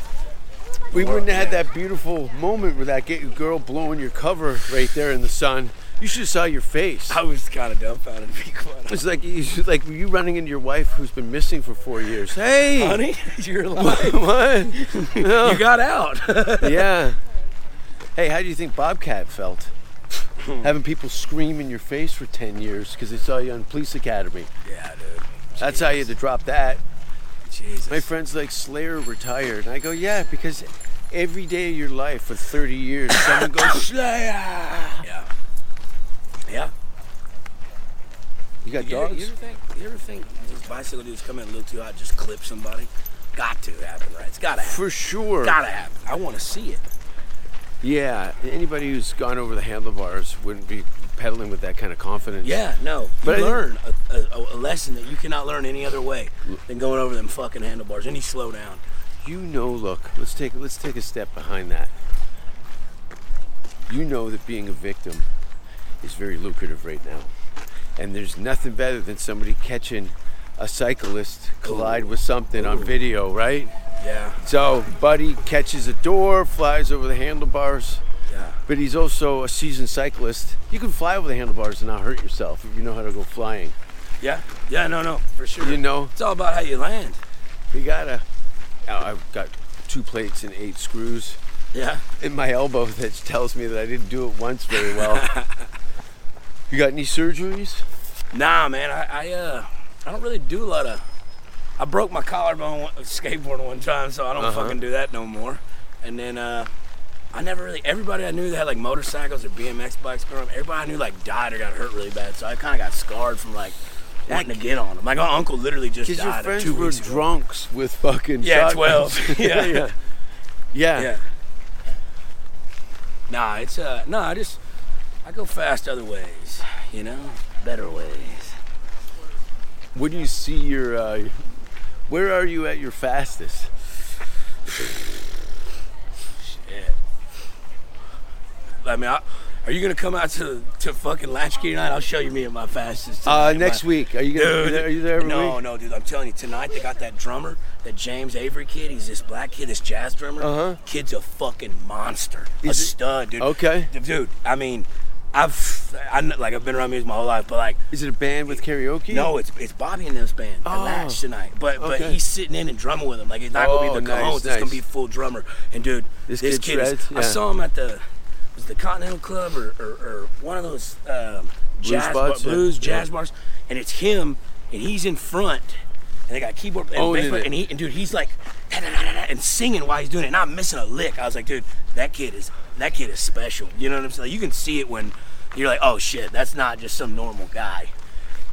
We wouldn't have had that beautiful moment with that get- girl blowing your cover right there in the sun. You should have saw your face.
I was kind of dumbfounded to be quite honest.
It's like it's like you running into your wife who's been missing for four years. Hey,
Honey, you're alive.
what? No.
you got out.
yeah. Hey, how do you think Bobcat felt? Having people scream in your face for 10 years because they saw you on Police Academy.
yeah, dude.
That's how you had to drop that.
Jesus.
My friend's like, Slayer retired. And I go, yeah, because every day of your life for 30 years, someone goes, Slayer!
Yeah. Yeah.
You got
You ever, you
dogs?
ever think? You ever think these bicycle dudes come in a little too hot, just clip somebody? Got to happen, right? It's gotta happen.
For sure.
Gotta happen. I want to see it.
Yeah, anybody who's gone over the handlebars wouldn't be pedaling with that kind of confidence.
Yeah, no.
But I
But
think-
learn a, a, a lesson that you cannot learn any other way than going over them fucking handlebars. Any slow down.
you know look let's take let's take a step behind that you know that being a victim is very lucrative right now and there's nothing better than somebody catching a cyclist collide with something on video right
Yeah,
so buddy catches a door flies over the handlebars
yeah.
but he's also a seasoned cyclist you can fly over the handlebars and not hurt yourself if you know how to go flying
Yeah, yeah, no, no, for sure.
you know
it's all about how you land.
we gotta I- i've got two plates and eight screws
Yeah.
in my elbow that tells me that I didn't do it once very well. you got any surgeries?
Nah, man, I, I uh, I don't really do a lot of. I broke my collarbone one- skateboarding one time, so I don't
Uh-huh.
fucking do that no more. And then uh, I never really. Everybody I knew that had like motorcycles or BMX bikes growing up, everybody I knew like died or got hurt really bad. So I kind of got scarred from like wanting to get on them. Like my uncle literally just
Because your
died
friends
two
were
weeks ago.
drunks with fucking
Yeah,
shotguns.
twelve. yeah.
yeah.
yeah,
Yeah.
Nah, it's uh, no, I just I go fast other ways, you know, better ways.
What do you see your? Uh, where are you at your fastest?
Shit. I mean, I, are you gonna come out to to fucking Latchkey tonight? I'll show you me at my fastest.
Uh,
tonight.
next
My-
week. Are you gonna?
Dude,
are you there every
no,
week?
no, dude. I'm telling you, tonight they got that drummer, that James Avery kid. He's this black kid, this jazz drummer.
Uh-huh.
Kid's a fucking monster,
Is
a
it-
stud, dude.
Okay.
dude. I mean, I've I kn- like I've been around music my whole life, but like
Is it a band with karaoke?
no, it's it's Bobby and them's band.
Oh.
Oh, Latch tonight. But
Okay.
but he's sitting in and drumming with him. Like it's not gonna
Oh,
be the
nice,
cojones. It's
nice.
gonna be full drummer. And dude,
This
this,
kid
kid, is,
shreds,
I
yeah.
saw him at the was it the Continental Club or, or, or one of those um, jazz
spots, yeah.
bar, blues
Yeah.
jazz bars, and it's him and he's in front. And they got a keyboard and
Owning
bass player,
it.
and he and dude he's like "Da-da-da-da-da," and singing while he's doing it and I'm missing a lick. I was like, dude, that kid is that kid is special. You know what I'm saying? you can see it when you're like, oh shit, that's not just some normal guy.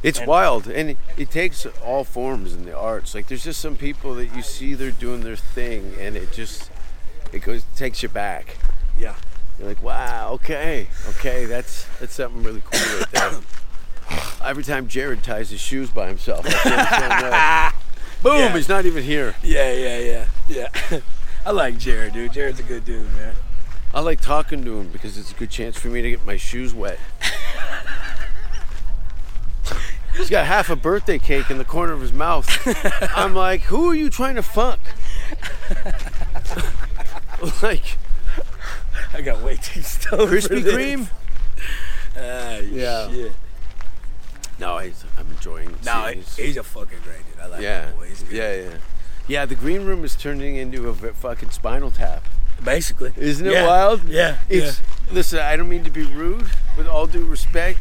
It's
And-
wild, and it, it takes all forms in the arts. Like there's just some people that you see they're doing their thing, and it just it goes takes you back.
Yeah.
You're like, wow, okay, okay, that's that's something really cool right there. Every time Jared ties his shoes by himself, I feel the same way. boom,
Yeah.
he's not even here.
Yeah, yeah, yeah, yeah. I like Jared, dude. Jared's a good dude, man.
I like talking to him because it's a good chance for me to get my shoes wet. he's got half a birthday cake in the corner of his mouth. I'm like, who are you trying to fuck? like
I got way too stoned.
Krispy Kreme?
Ah,
Yeah.
yeah. Shit.
No, he's, I'm enjoying.
No,
seeing
he-
his-
he's a fucking great dude. I like
Yeah.
that boy. He's good.
Yeah, yeah. Yeah, the green room is turning into a v- fucking spinal tap.
Basically.
Isn't it
Yeah.
wild?
Yeah.
It's listen, I don't mean to be rude, with all due respect.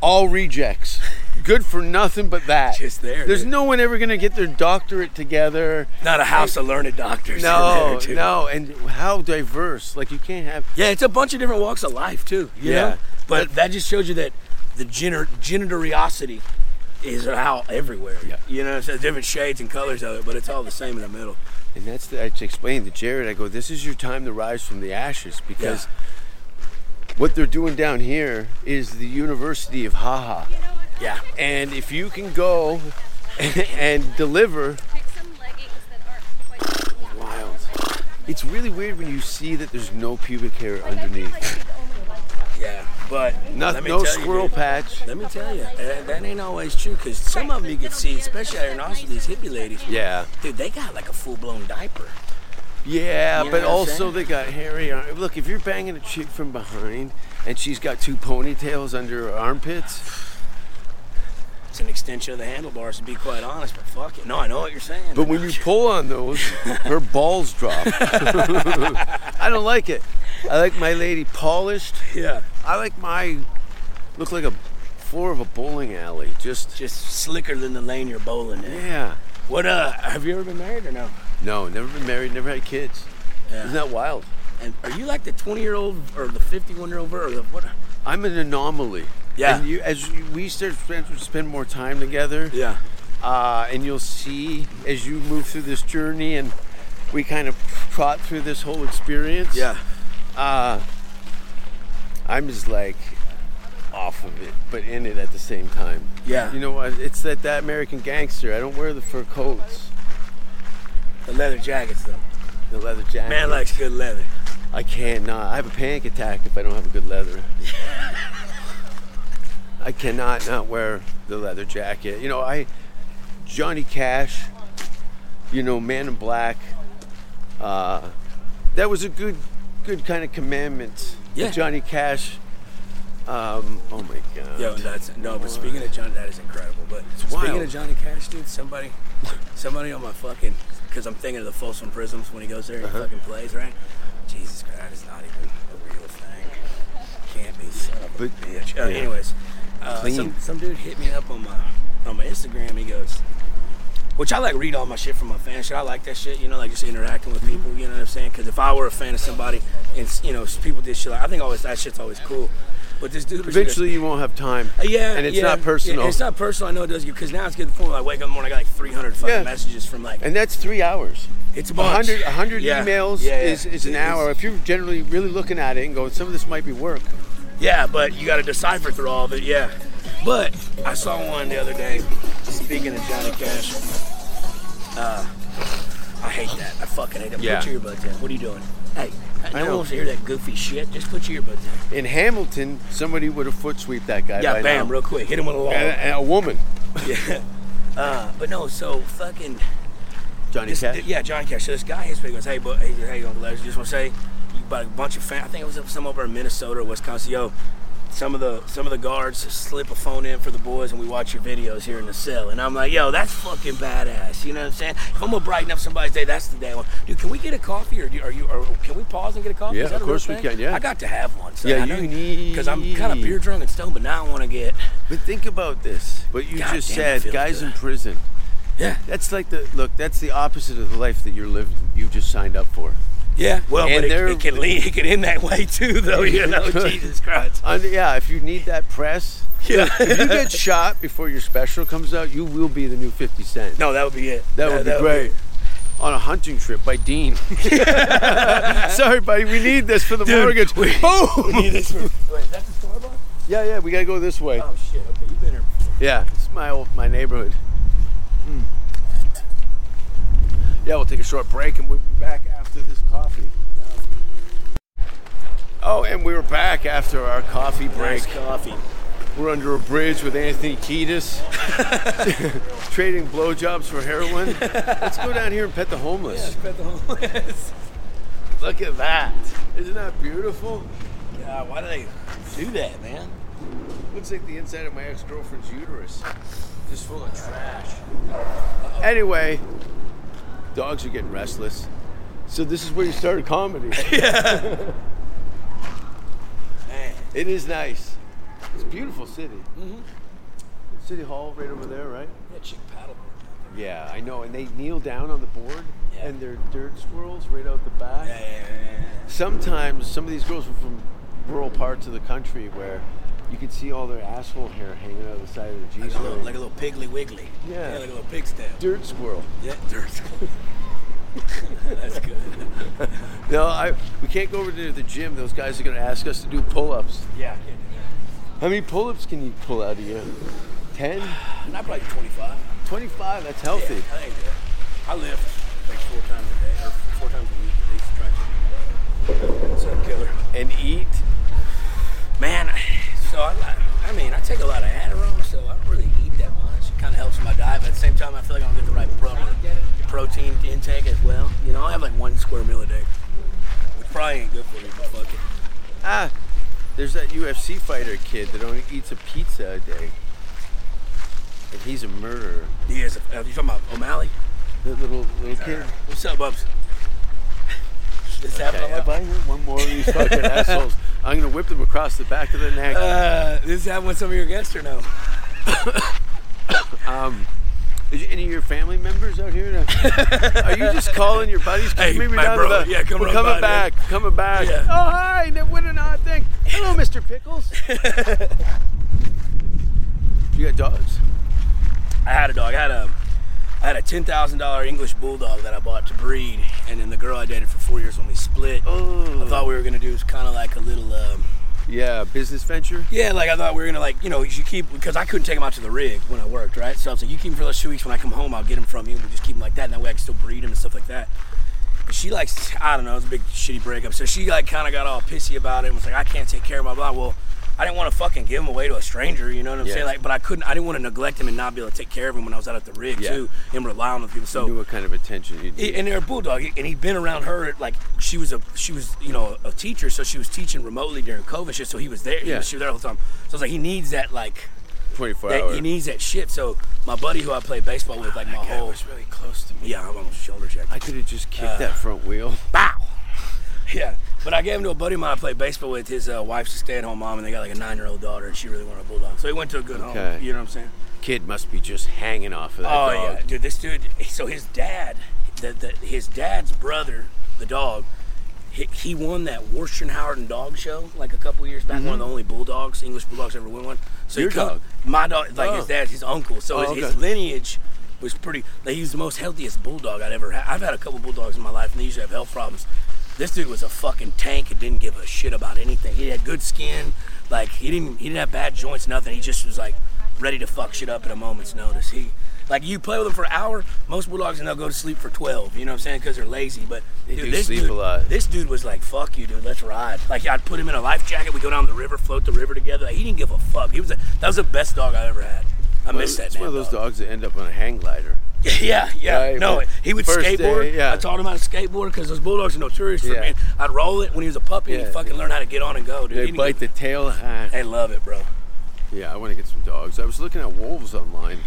All rejects. Good for nothing but that.
Just there,
There's
dude.
no one ever gonna get their doctorate together.
yeah. Not a house of learned doctors. in
No,
there, dude.
no, and how diverse. Like you can't have
Yeah, it's a bunch of different walks of life too. You
Yeah.
Know? But that just shows you that the gener- genituriosity is out everywhere.
Yeah.
You know, what I'm saying? different shades and colors of it, but it's all the same in the middle.
And that's the, I explained to Jared, I go, this is your time to rise from the ashes because what they're doing down here is the University of Haha.
Yeah.
And if you can go and deliver,
Pick some leggings that aren't quite
Wild. it's really weird when you see that there's no pubic hair underneath.
Yeah. But
No,
let me
no
tell you,
squirrel
dude,
patch.
Let me tell you, that, that ain't always true because some of them you can see, especially out here in Austin, these hippie ladies.
Yeah.
Dude, they got like a full blown diaper.
Yeah,
You know
but
what I'm
also
saying?
they got hairy arm. Look, if you're banging a chick from behind and she's got two ponytails under her armpits,
It's an extension of the handlebars, to be quite honest, but fuck it. No, I know what you're saying.
but when you pull on those, her balls drop. I don't like it. I like my lady polished.
Yeah.
I like my look like a floor of a bowling alley. Just
Just slicker than the lane you're bowling in.
yeah.
What, uh, have you ever been married or no?
No, never been married, never had kids.
Yeah.
Isn't that wild?
And are you like the 20 year old or the 51 year old or the what?
I'm an anomaly.
Yeah.
And you, as you- we start spend, spend more time together,
Yeah.
uh, and you'll see as you move through this journey and we kind of trot through this whole experience.
Yeah.
I'm just like off of it, but in it at the same time.
Yeah.
You know what? It's that that American gangster. I don't wear the fur coats,
The leather jackets, though.
the leather jacket.
Man likes good leather.
I cannot. I have a panic attack if I don't have a good leather. I cannot not wear the leather jacket. You know, I Johnny Cash, you know, Man in Black. Uh, that was a good, good kind of commandment.
Yeah.
Johnny Cash. Um, oh my God.
Yo, that's no. But speaking of Johnny, that is incredible. But
wild.
speaking of Johnny Cash, dude, somebody, somebody on my fucking because I'm thinking of the Folsom Prisms when he goes there and
Uh-huh.
fucking plays, right? Jesus Christ, that is not even a real thing. Can't be, son of a
But-
bitch. Uh,
yeah.
Anyways, uh,
Clean.
some, some dude hit me up on my on my Instagram. He goes, which I like read all my shit from my fan shit. I like that shit, you know, like just interacting with people. You know what I'm saying? Because if I were a fan of somebody, and you know, people did shit, like, I think always that shit's always cool. But this dude was just-
Eventually, you won't have time.
uh, Yeah,
and it's
yeah,
not
yeah,
personal.
it's not personal. I know it does you because now it's getting to the point where I wake up in the morning, I got like 300 fucking
Yeah.
messages from like
and that's three hours.
it's a
A
bunch.
hundred, a hundred
Yeah,
emails
yeah, yeah.
is, is an
It-
hour. If you're generally really looking at it and going, some of this might be work.
Yeah, but you got to decipher through all of it. Yeah, but I saw one the other day. Speaking of Johnny Cash, uh, I hate that. I fucking hate that.
Yeah.
Put your earbuds in. What are you doing? Hey, no
know.
one wants to hear that goofy shit. Just put your earbuds in.
In Hamilton, somebody would have foot sweep that guy.
Yeah,
by
bam,
now.
real quick. Hit him with a log.
And, and a woman,
Yeah. Uh, but no, so fucking.
Johnny
This,
Cash.
th- yeah, Johnny Cash. So this guy hits me and goes, "Hey, but hey, hey, Uncle Larry, just want to say, you bought a bunch of fans. I think it was some over in Minnesota or Wisconsin. Yo, some of the some of the guards slip a phone in for the boys, and we watch your videos here in the cell. And I'm like, yo, that's fucking badass. You know what I'm saying? If I'm gonna brighten up somebody's day, that's the day. One. Dude, can we get a coffee or do, are you? Or can we pause and get a coffee?
Yeah,
Is
of
that a real
course we
thing?
can, yeah.
I got to have one. So
Yeah,
I know,
you need-
because I'm kind of beer drunk and stoned, but now I want to get.
But think about this. What you
God
just
damn,
said,
it feels
guys
good.
in prison.
Yeah,
That's like the look. That's the opposite of the life that you're living. You just signed up for.
yeah. Well,
And
but it,
they're-
it can lead, it can end that way too, though. You know, Jesus Christ.
And yeah, if you need that press,
Yeah.
if you get shot before your special comes out, you will be the new Fifty Cent.
No, that would be it.
That would be great. On a hunting trip by Dean. Sorry, buddy. We need this for the
Dude,
mortgage.
we-
Boom.
Wait, is that the store bar?
Yeah, yeah. We gotta go this way.
Oh shit. Okay, you've been here. before.
Yeah, it's my old my neighborhood. Mm. Yeah, we'll take a short break and we'll be back after this coffee. Oh, and we were back after our coffee break.
Nice coffee.
We're under a bridge with Anthony Kiedis, trading blowjobs for heroin. Let's go down here and pet the homeless. Look at that! Isn't that beautiful?
God, why do they do that, man?
Looks like the inside of my ex-girlfriend's uterus, just full of trash. Anyway, dogs are getting restless. So this is where you started comedy.
Man,
it is nice. It's a beautiful city.
Mm-hmm.
City Hall right over there, right?
that chick paddleboard.
Yeah, I know. And they kneel down on the board,
Yeah.
and their dirt swirls right out the back.
Yeah, yeah, yeah,
Sometimes some of these girls were from rural parts of the country where you could see all their asshole hair hanging out of the side of the
yeah. Like,
G's.
a little, like a little piggly wiggly.
Yeah.
like a little pig stamp.
dirt squirrel.
Yeah, dirt. That's good.
No, I we can't go over to the gym. Those guys are gonna ask us to do pull-ups.
Yeah, I can't do
How many pull-ups can you pull out of you? 10?
that. And I probably 25.
25, that's
Yeah, I
healthy.
think that. I lift like four times a day, or four times a week at least. Try to. So killer.
And eat.
Man, so I, li- I mean, I take a lot of Adderall, so I don't really eat that much. It kind of helps my diet, but at the same time, I feel like I don't get the right proper protein intake as well. You know, I have like one square meal a day, which probably ain't good for me, but fuck it.
Ah, there's that UFC fighter kid that only eats a pizza a day. And he's a murderer.
He is. Uh, you talking about O'Malley?
That little little kid.
What's up, Bubs? This happened
Okay,
on
if
my,
I hear one more of these fucking assholes, I'm gonna whip them across the back of the neck.
uh, this happened with some of your guests or no?
Is any of your family members out here? to- are you just calling your buddies?
Hey,
Maybe
my
down to
bro,
the-
yeah, come
we're
on
coming
by,
back,
dude.
coming back.
Yeah.
Oh hi, n- what an odd thing. Hello, Mr. Pickles. you got dogs?
I had a dog. I had a I had a ten thousand dollar English bulldog that I bought to breed, and then the girl I dated for four years when we split.
Oh.
I thought we were gonna do is kind of like a little, um,
Yeah, business venture.
yeah, like I thought we were gonna like you know you keep because I couldn't take him out to the rig when I worked right, so I was like you keep him for those two weeks when I come home I'll get him from you and we just keep him like that and that way I can still breed him and stuff like that. But she likes I don't know it was a big shitty breakup, so she like kind of got all pissy about it and was like I can't take care of my blah. Well, I didn't want to fucking give him away to a stranger, you know what I'm
Yeah.
saying? Like, but I couldn't I didn't want to neglect him and not be able to take care of him when I was out at the rig
Yeah.
too and rely on the people. So
I knew what kind of attention you'd
he-
need.
and they're a bulldog, and he'd been around her like she was a she was you know a teacher, so she was teaching remotely during COVID shit. So he was there, yeah.
Yeah.
she was there the whole time. So I was like, he needs that like
24
that
hour.
he needs that shit. So my buddy who I play baseball with, like my
That guy
whole
was really close to me.
yeah, I'm almost shoulder check.
I could have just kicked
Uh,
that front wheel.
Bow. Yeah, but I gave him to a buddy of mine I played baseball with. His uh, wife's a stay-at-home mom, and they got like a nine-year-old daughter, and she really wanted a bulldog. So he went to a good
Okay.
home. You know what I'm saying?
Kid must be just hanging off of that
Oh
dog.
yeah, dude. This dude. So his dad, the, the his dad's brother, the dog, he, he won that Worstenhauer and Dog Show like a couple years back. One of the only bulldogs, English bulldogs, ever win one. So he
Mm-hmm. Your
come-
dog?
my dog, like his
Oh.
dad's his uncle. So
Oh,
his,
okay.
his lineage was pretty. Like, he was the most healthiest bulldog I'd ever had. I've had a couple bulldogs in my life, and they usually have health problems. This dude was a fucking tank and didn't give a shit about anything. He had good skin, like he didn't he didn't have bad joints, nothing. He just was like ready to fuck shit up at a moment's notice. He like you play with him for an hour, most bulldogs and they'll go to sleep for twelve. You know what I'm saying? Because they're lazy. But
They
dude,
do
this
sleep
dude,
a lot.
This dude was like, "Fuck you, dude. Let's ride." Like I'd put him in a life jacket. We go down the river, float the river together. Like, he didn't give a fuck. He was a, that was the best dog I ever had. I miss that.
It's one
damn
of those
dog.
dogs that end up on a hang glider.
Yeah, yeah.
Right,
no,
but
he would
first
skateboard.
day, yeah.
I taught him how to skateboard because those bulldogs are notorious for
Yeah.
being. I'd roll it when he was a puppy and
Yeah.
he'd fucking learn how to get on and go, dude. He
They
didn't
bite the
give-
tail. Ah,
They love it, bro.
yeah, I want to get some dogs. I was looking at wolves online.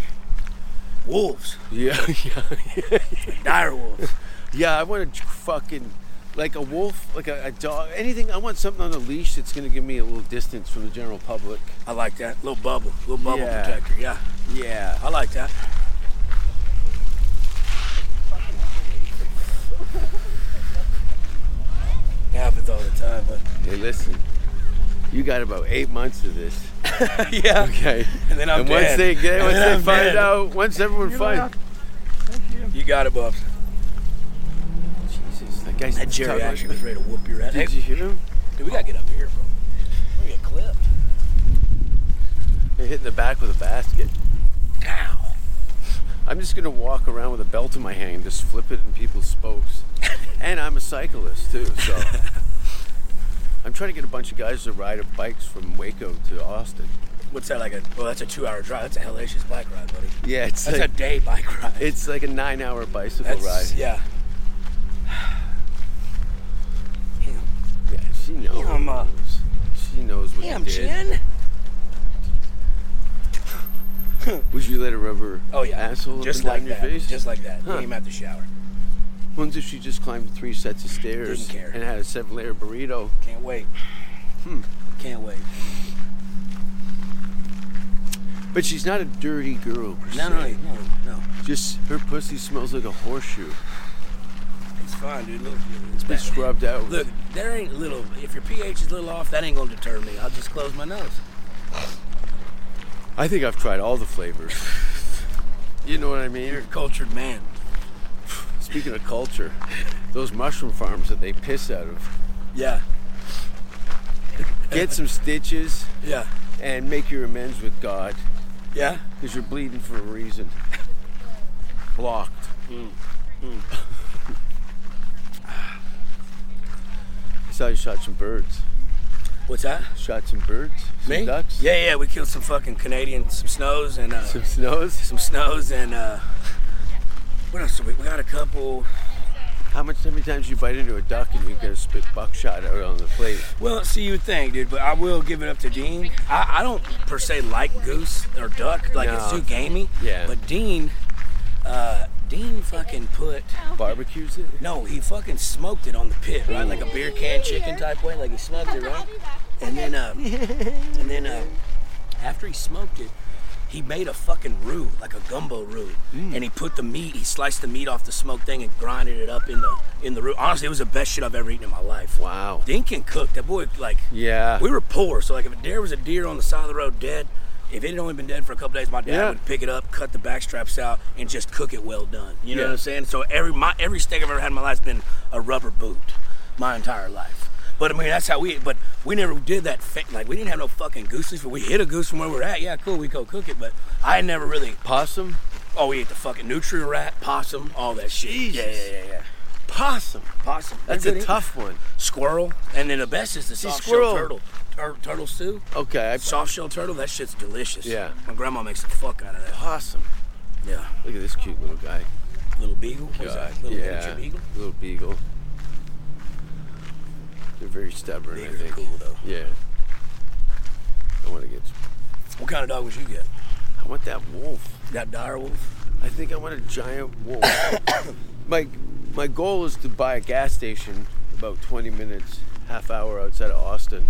Wolves,
Yeah, yeah,
dire wolves.
yeah. I want to fucking like a wolf, like a, a dog, anything. I want something on a leash that's gonna give me a little distance from the general public.
I like that little bubble, little bubble
Yeah.
protector. Yeah,
Yeah.
I like that. It happens all the time, but
Hey, listen. You got about eight months of this.
yeah.
Okay.
And then I'm
and once
dead.
they get,
And
once
then
they
I'm
find
dead.
out, once everyone finds,
You got it, Bubs.
Jesus, that guy's
That Jerry
talking-
actually was ready to whoop your ass.
Did
Hey,
you hear him?
dude, we gotta get up here, bro. We're gonna get clipped.
They hit in the back with a basket.
Ow.
I'm just gonna walk around with a belt in my hand and just flip it in people's spokes. and I'm a cyclist too, so I'm trying to get a bunch of guys to ride bikes from Waco to Austin.
What's that like a? Well, that's a two-hour drive. That's a hellacious bike ride, buddy.
Yeah, it's
That's
like,
a day bike ride.
it's like a nine-hour bicycle
that's,
ride.
Yeah.
Yeah, she knows.
Damn, uh,
she knows what
Damn,
you did.
Jen.
Would you let her rub her
Oh yeah.
asshole
Just
up
like
and down
that.
your face?
Just like that.
Huh.
Came out the shower.
Ones if she just climbed three sets of stairs
Didn't care.
and had a seven-layer burrito.
Can't wait.
Hmm.
Can't wait.
But she's not a dirty girl. Per se.
No, no, no, no, no.
Just her pussy smells like a horseshoe.
It's fine, dude. Look, it's
It's been
bad.
scrubbed out.
Look, there ain't little. If your pH is a little off, that ain't gonna deter me. I'll just close my nose.
I think I've tried all the flavors. you know what I mean?
You're a cultured man.
Speaking of culture, those mushroom farms that they piss out of.
Yeah.
Get some stitches
Yeah.
and make your amends with God
Yeah.
because you're bleeding for a reason. Blocked.
Mm,
I saw you shot some birds.
What's that?
Shot some birds? Some
Me?
ducks?
Yeah, yeah. We killed some fucking Canadian, some snows, and uh,
Some snows?
some snows and uh what else did we, we got a couple
How much, how many times you bite into a duck and you get a spit buckshot out on the plate?
well see you would think dude but i will give it up to dean i, I don't per se like goose or duck like it's
No.
too gamey
Yeah.
but dean uh dean fucking put
Barbecues it?
no he fucking smoked it on the pit right like a beer can chicken type way like he smoked it right and then um and then um after he smoked it he made a fucking roux, like a gumbo roux,
Mm.
and he put the meat. He sliced the meat off the smoked thing and grinded it up in the in the roux. Honestly, it was the best shit I've ever eaten in my life.
Wow.
Dean can cook. That boy, like,
Yeah.
we were poor, so like, if there was a deer on the side of the road dead, if it had only been dead for a couple days, my dad
Yeah.
would pick it up, cut the back straps out, and just cook it well done. You know
Yeah.
what I'm saying? So every my every steak I've ever had in my life's been a rubber boot, my entire life. But I mean, that's how we. But we never did that. Fa- like we didn't have no fucking gooses. But we hit a goose from where we're at. Yeah, cool. We go cook it. But I never really
Possum?
Oh, we ate the fucking nutria rat, possum, all that shit. Yeah,
Jesus.
yeah, yeah, yeah.
Possum.
Possum.
That's
They're
a
good
tough one.
eating. squirrel, and then the best is the soft
squirrel.
shell turtle. Tur- turtle stew,
Okay. I,
soft shell turtle. That shit's delicious.
Yeah.
My grandma makes the fuck out of that.
possum.
Yeah.
Look at this cute little guy.
Little beagle. What's
God,
that? Little
yeah.
miniature beagle.
Little beagle. They're very stubborn, I
Beagles are
think.
cool though.
Yeah. I want to get.
What kind of dog would you get?
I want that wolf.
That dire wolf?
I think I want a giant wolf. my my goal is to buy a gas station about 20 minutes, half hour outside of Austin,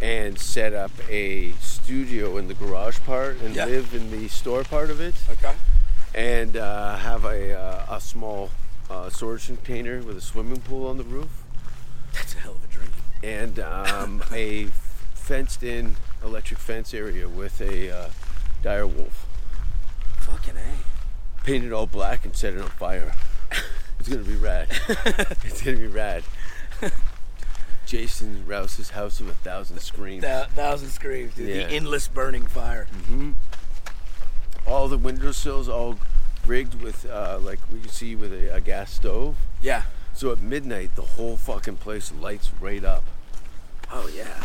and set up a studio in the garage part and
Yeah.
live in the store part of it,
Okay.
and uh, have a uh, a small uh, storage container with a swimming pool on the roof
That's a hell of a drink.
and um, a fenced-in electric fence area with a uh, dire wolf
Fucking A.
paint it all black and set it on fire. It's gonna be rad. it's gonna be rad. Jason Rouse's house of a thousand screams.
Thou- thousand screams, dude.
Yeah.
The endless burning fire.
All the windowsills all rigged with uh, like we can see with a, a gas stove.
Yeah.
So at midnight, the whole fucking place lights right up,
Oh, yeah.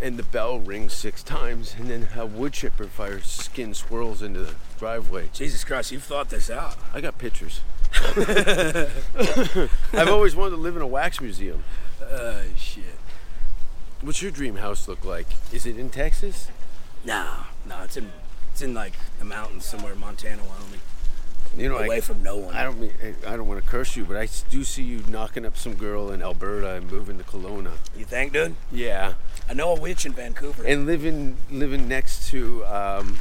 and the bell rings six times, and then a wood chipper fire skin swirls into the driveway.
Jesus Christ, you've thought this out.
I got pictures. I've always wanted to live in a wax museum.
Oh, shit.
What's your dream house look like? Is it in Texas?
Nah, nah, it's in, it's in like the mountains somewhere, in Montana, Wyoming.
You know,
away
I,
from no one.
I don't mean I don't want to curse you, but I do see you knocking up some girl in Alberta and moving to Kelowna.
you think, dude?
Yeah,
I know a witch in Vancouver.
and living living next to um,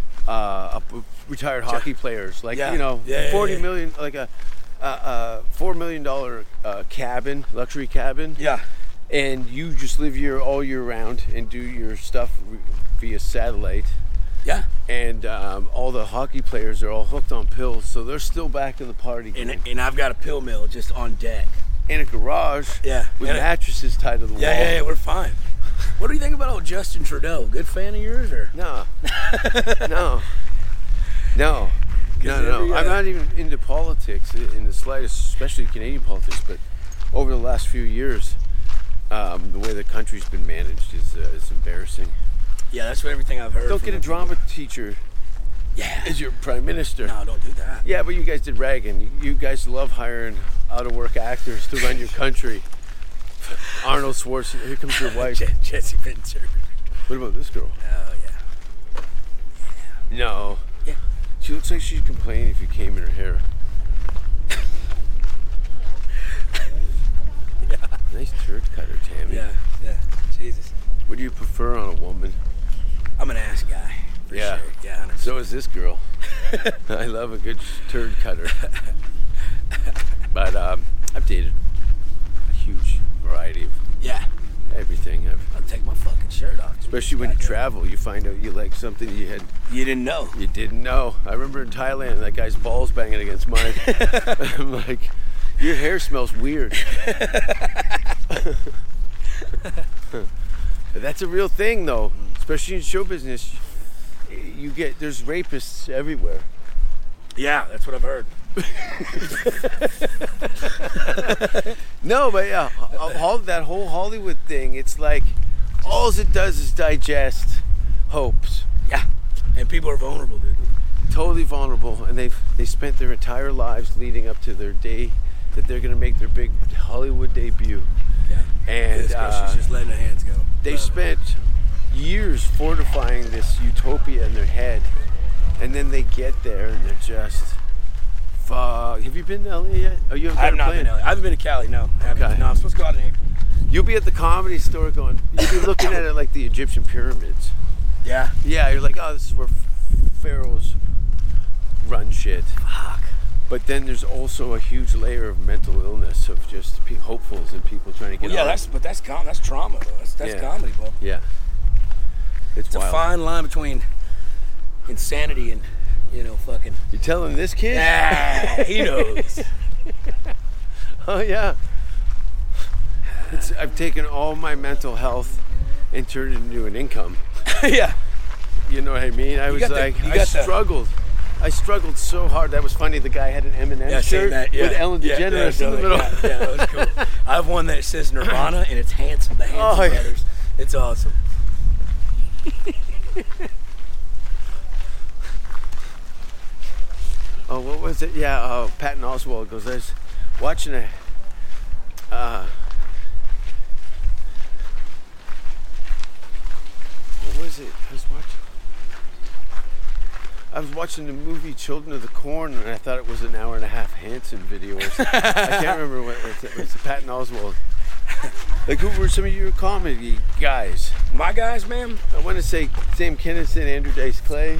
uh, a p- retired hockey players, like
Yeah.
you know,
Yeah, yeah,
forty
yeah.
million, like a. A uh, four million dollar uh, cabin, luxury cabin,
yeah.
and you just live here all year round and do your stuff re- via satellite.
Yeah.
and um, all the hockey players are all hooked on pills, so they're still back in the party game.
And, and I've got a pill mill just on deck.
in a garage
Yeah.
with
And-
mattresses tied to the
Yeah,
wall.
yeah, yeah, we're fine. What do you think about old Justin Trudeau? Good fan of yours or?
No, no, no, no, no.
every, uh,
I'm not even into politics i- in the slightest, especially Canadian politics. But over the last few years, um, the way the country's been managed is, uh, is embarrassing.
Yeah, that's what everything I've heard.
Don't
from
get a
him.
drama teacher
Yeah.
as your prime minister.
No, don't do that.
Yeah, but you guys did Reagan. You, you guys love hiring out of work actors to run your country. Arnold Schwarzenegger. Here comes your wife.
Je- Jesse Ventura.
What about this girl?
Oh yeah.
No.
Yeah.
She looks like she'd complain if you came in her hair. Nice turd cutter, Tammy.
Yeah. Yeah. Jesus.
What do you prefer on a woman?
I'm an ass guy. For
Yeah.
Sure. Yeah. 100%.
So is this girl. I love a good turd cutter. but um, I've dated a huge variety of
Yeah.
everything. I've
I'll take my fucking shirt off. dude.
Especially when you
Goddamn.
travel, you find out you like something you had
You didn't know.
you didn't know. I remember in Thailand, that guy's balls banging against mine. I'm like, your hair smells weird. That's a real thing, though, especially in show business. You get there's rapists everywhere.
Yeah, that's what I've heard.
No, but yeah, ho- ho- that whole Hollywood thing. It's like all it does is digest hopes.
Yeah. And people are vulnerable, dude.
totally vulnerable and they've they spent their entire lives leading up to their day that they're gonna make their big Hollywood debut.
Yeah.
And
This girl,
uh,
she's just letting her hands go.
they
Love it.
spent years fortifying this utopia in their head and then they get there and they're just fuck have you been to LA yet? Oh you haven't got
I've
a
not
plan?
been. to LA. I haven't been to Cali. No. I haven't.
Okay.
No, I'm supposed to go out in April.
You'll be at the comedy store going you'll be looking at it like the Egyptian pyramids.
Yeah.
Yeah, you're like, oh, this is where pharaohs run shit. Fuck. But then there's also a huge layer of mental illness of just pe- hopefuls and people trying to get
Well, yeah.
out.
That's but that's com- that's trauma. Though. That's that's
Yeah.
comedy, bro.
yeah. It's,
It's
wild.
a fine line between insanity and you know fucking.
You're telling this kid?
Ah, he knows.
Oh yeah. It's, I've taken all my mental health and turned it into an income.
yeah.
You know what I mean? I was
got the-
like,
you
I
got the-
struggled. I struggled so hard. That was funny. The guy had an Eminem
Yeah, seen
shirt
that. Yeah.
with Ellen
Yeah,
DeGeneres
yeah,
in the middle.
Yeah, yeah, that was cool. I have one that says Nirvana and it's Hanson, the Hanson
Oh, yeah.
Brothers. It's awesome.
Oh, what was it? Yeah, uh, Patton Oswald goes. I was watching a. Uh, what is it? I was watching. I was watching the movie Children of the Corn, and I thought it was an hour and a half Hanson video. Or something. I can't remember what it was. It was Patton Oswald. Like who were some of your comedy guys?
My guys, man.
I want to say Sam Kinison, Andrew Dice Clay.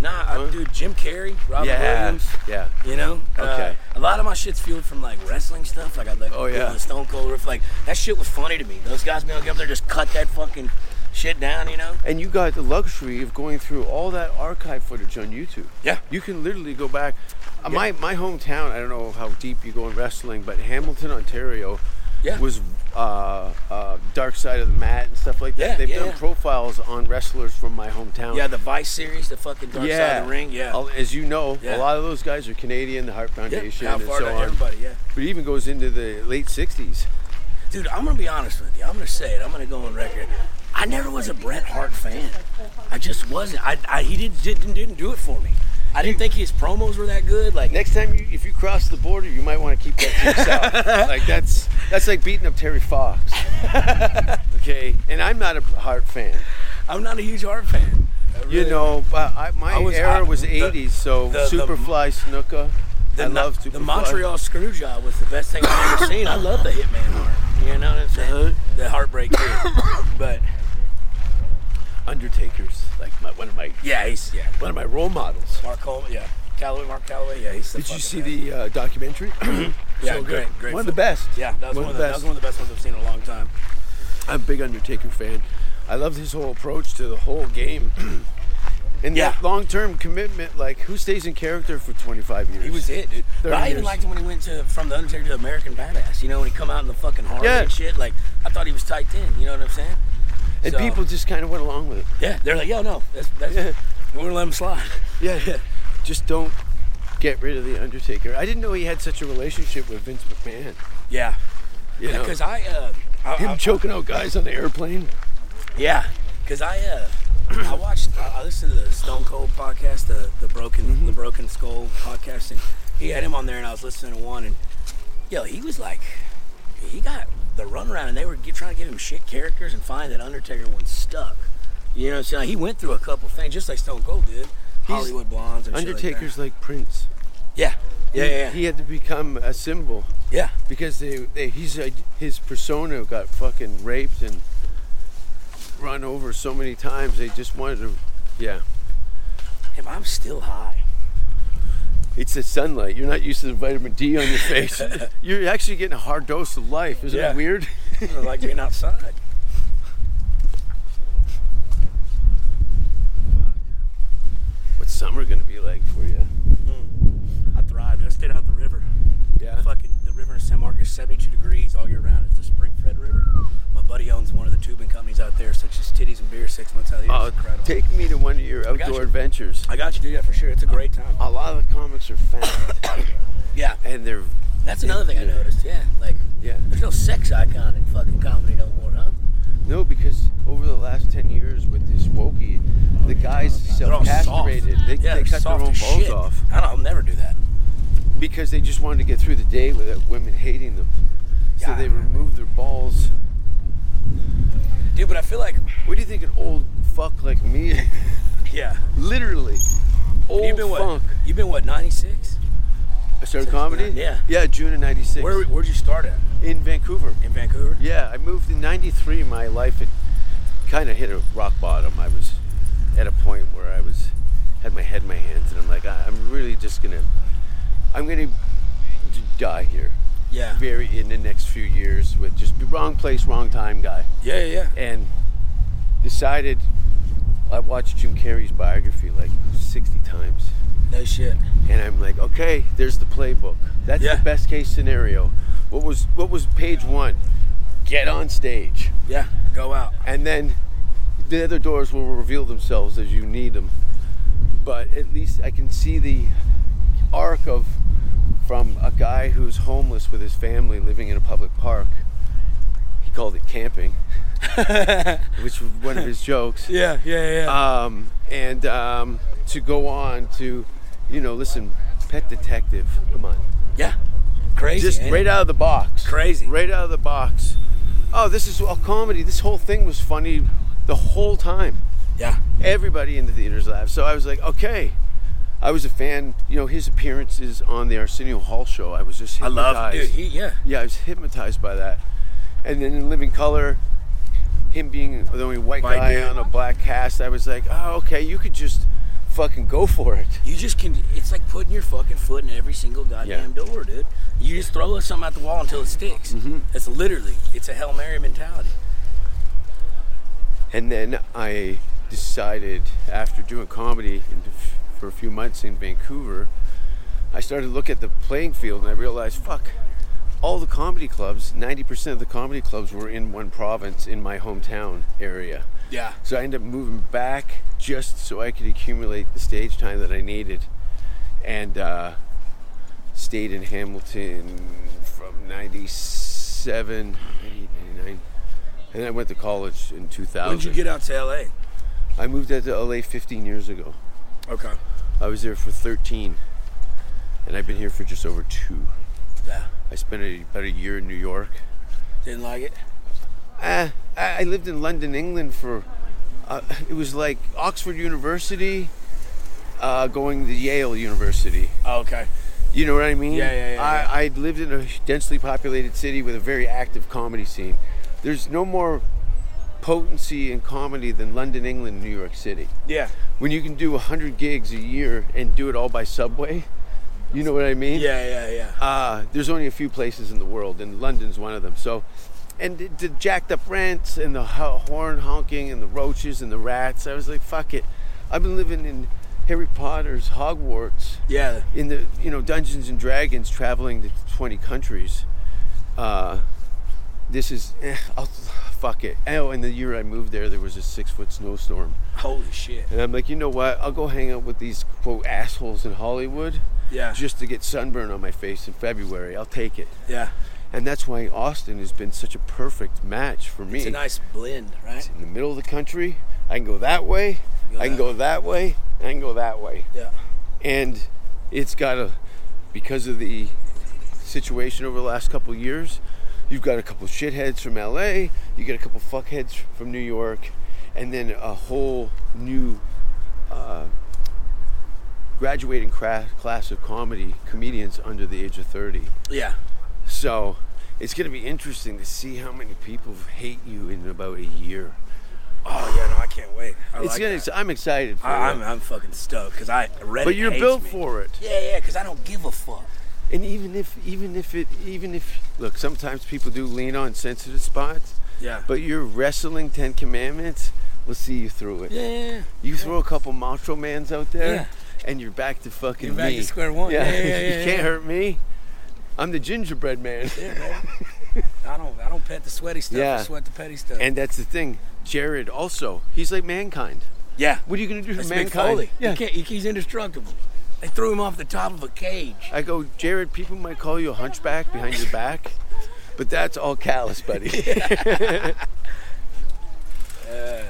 Nah, I, dude, Jim Carrey, Robin Williams.
yeah.
You know? Uh,
Okay.
a lot of my shit's fueled from like wrestling stuff. Like I like
Oh, yeah.
the Stone Cold riff. Like that shit was funny to me. Those guys being able to get up there just cut that fucking shit down, you know?
And you got the luxury of going through all that archive footage on YouTube.
Yeah.
You can literally go back. Uh, My my hometown. I don't know how deep you go in wrestling, but Hamilton, Ontario,
Yeah.
was uh, uh, Dark Side of the Mat and stuff like that.
Yeah,
They've
yeah,
done
yeah.
profiles on wrestlers from my hometown.
Yeah, the Vice series, the fucking Dark Side of the Ring. Yeah.
All- As you know, a
Yeah.
lot of those guys are Canadian, the Heart
yeah.
Foundation,
How
and
far
so
down
on.
everybody, yeah.
But it even goes into the late '60s.
Dude, I'm gonna be honest with you. I'm gonna say it. I'm gonna go on record. I never was a Bret Hart fan. I just wasn't. I, I he did, didn't didn't do it for me. I didn't think his promos were that good. Like
Next time, you, if you cross the border, you might want to keep that to yourself. like that's that's like beating up Terry Fox. okay, and I'm not a Hart fan.
I'm not a huge Hart fan. I
You
really-
know, but I, my
I was-
era
I-
was
the-
'80s, so
the- the-
Superfly, Snooker. I
Mo-
love Superfly.
the Montreal Screwjob was the best thing I've ever seen. I love the Hitman Heart. You know what I'm saying? The Heartbreak Kid. but
Undertaker's like my, one of my
yeah, he's yeah.
one of my role models.
Mark Coleman, yeah. Calloway, Mark Calloway, yeah. He's the
Did you
fucking
see
man.
the uh, documentary?
Yeah,
So
great, great.
One of the
film.
best.
Yeah, that was one, of the, that was one of the best ones I've seen in a long time.
I'm a big Undertaker fan. I love his whole approach to the whole game. And
Yeah.
that long-term commitment, like who stays in character for 25 years?
He was it, dude. But
30
I even
years.
liked him when he went to from the Undertaker to American Badass. You know, when he come out in the fucking Harley
Yeah.
and shit. Like I thought he was tight then. You know what I'm saying?
and
So,
people just kind of went along with it.
yeah, they're like, yo, no, that's that's
Yeah.
we're gonna let him slide.
Yeah, yeah. Just don't get rid of the Undertaker. I didn't know he had such a relationship with Vince McMahon.
Yeah,
You know,
because I, uh, I,
him
I-
choking out guys on the airplane.
yeah, because I, uh, I watched, I I listened to the Stone Cold podcast, the the broken,
Mm-hmm.
the broken skull podcast, and he had him on there, and I was listening to one, and yo, he was like, he got the runaround, and they were get, trying to give him shit characters, and find that Undertaker one stuck. You know what I'm saying? He went through a couple things, just like Stone Cold did. Hollywood blondes and shit like that.
Undertaker's like, Prince.
yeah. Yeah,
He-
yeah,
He had to become a symbol
yeah.
because they, they he's uh, his persona got fucking raped and run over so many times. They just wanted to, yeah.
Him, I'm still high.
It's the sunlight. You're not used to the vitamin D on your face. You're actually getting a hard dose of life. Isn't
Yeah.
it weird?
I don't like being outside.
What's summer gonna be like for you?
I thrived. I stayed out the river.
Yeah.
Fucking the river in San Marcos, 72 degrees all year round. It's the Spring Fred River. My buddy owns one of the tubing companies out there, so it's just titties and beer six months out of the year.
Oh,
It's incredible.
take me to one of your
got
outdoor
you.
adventures.
I got you, dude. Yeah, for sure. It's a great time.
A lot of the comics are fat,
Yeah,
and they're
that's another thing I noticed. Yeah, like
yeah.
there's no sex icon in fucking comedy no more, huh?
No, because over the last ten years with this wokey, the guys
They're all soft.
self-castrated. They,
yeah,
they
they're
cut their
soft
own
as
balls
shit.
off
I don't. I'll never do that.
because they just wanted to get through the day without women hating them. So
Yeah.
they removed their balls.
Dude, but I feel like
What do you think an old fuck like me?
yeah.
Literally, old
You've been
funk.
what? You've been what? 96.
I started comedy.
Yeah.
Yeah, June of '96
Where where'd you start at?
in Vancouver.
In Vancouver.
Yeah, I moved in '93. My life had kind of hit a rock bottom. I was at a point where I was had my head in my hands, and I'm like, I, I'm really just gonna, I'm gonna d- die here,
Yeah. Yeah,
very in the next few years with just the wrong place, wrong time, guy,
yeah, yeah.
and decided. I watched Jim Carrey's biography like 60 times,
No shit.
and I'm like, okay, there's the playbook. That's
Yeah.
the best case scenario. What was what was page one? Get on stage.
Yeah. Go out.
and then the other doors will reveal themselves as you need them. But at least I can see the arc of from a guy who's homeless with his family living in a public park. He called it camping, which was one of his jokes.
Yeah, yeah, yeah.
Um, and um, to go on to, you know, listen, Pet Detective, come on.
Yeah. Crazy.
Just
ain't
right
it?
out of the box.
Crazy.
Right out of the box. Oh, this is all comedy. This whole thing was funny the whole time.
Yeah.
Everybody in the theaters laughed. So I was like, okay. I was a fan. You know, his appearances on the Arsenio Hall show, I was just
I
hypnotized.
love dude, he yeah.
yeah, I was hypnotized by that. And then in Living Color, him being the only white
White
guy
dude.
on a black cast, I was like, oh, okay, you could just fucking go for it.
You just can it's like putting your fucking foot in every single goddamn door, dude. You just throw something at the wall until it sticks.
Mm-hmm.
That's literally it's a Hail Mary mentality.
And then I decided, after doing comedy in, for a few months in Vancouver, I started to look at the playing field and I realized, fuck, all the comedy clubs, 90% of the comedy clubs were in one province in my hometown area.
Yeah.
So I ended up moving back just so I could accumulate the stage time that I needed and uh, stayed in Hamilton from 97, 98, 99. And I went to college in 2000.
When'd you get out to LA?
I moved out to LA 15 years ago.
Okay.
I was there for 13, and I've been here for just over two.
Yeah.
I spent a, about a year in New York.
Didn't like it.
Uh, I I lived in London, England for. Uh, it was like Oxford University, uh, going to Yale University.
Oh, okay.
You know what I mean?
Yeah, yeah, yeah, yeah.
I, I lived in a densely populated city with a very active comedy scene. There's no more potency in comedy than London, England, New York City.
Yeah.
When you can do 100 gigs a year and do it all by subway, you know what I mean?
Yeah, yeah, yeah.
uh, there's only a few places in the world, and London's one of them. So, and the, the jacked up rents and the ho- horn honking and the roaches and the rats. I was like, fuck it. I've been living in Harry Potter's Hogwarts
Yeah.
in the you know Dungeons and Dragons, traveling to 20 countries. Uh, this is eh, I'll, fuck it. Oh, and the year I moved there, there was a six foot snowstorm,
Holy shit.
and I'm like, you know what? I'll go hang out with these quote assholes in Hollywood
Yeah.
just to get sunburn on my face in February. I'll take it.
yeah.
And that's why Austin has been such a perfect match for me.
It's a nice blend, right?
in the middle of the country, I can go that way,
Go
I can
that
go that way, I can go that way.
Yeah.
And it's got a, because of the situation over the last couple of years, you've got a couple of shitheads from LA, you got a couple of fuckheads from New York, and then a whole new uh, graduating cra- class of comedy comedians under the age of 30.
Yeah.
So it's going to be interesting to see how many people hate you in about a year.
Oh yeah, no, I can't wait. I
it's
like
gonna.
that.
I'm excited for
I, I'm,
it.
I'm fucking stoked because I read
But you're built for it.
Yeah, yeah, because I don't give a fuck.
And even if, even if it, even if look, sometimes people do lean on sensitive spots.
Yeah.
But you're wrestling Ten Commandments. We'll see you through it.
yeah, yeah, yeah.
You throw a couple macho mans out there,
Yeah.
and you're back to fucking
You're back
me.
to square one. Yeah, yeah, yeah,
you
yeah,
can't
yeah.
hurt me. I'm the gingerbread man.
Yeah, man. I don't, I don't pet the sweaty stuff.
Yeah.
I sweat the petty stuff.
And that's the thing. Jared also, he's like mankind.
yeah,
What are you gonna do
that's
to
Mick
mankind?
Foley. He can't, he- he's indestructible. They threw him off the top of a cage.
I go, Jared, people might call you a hunchback behind your back, but that's all callous, buddy.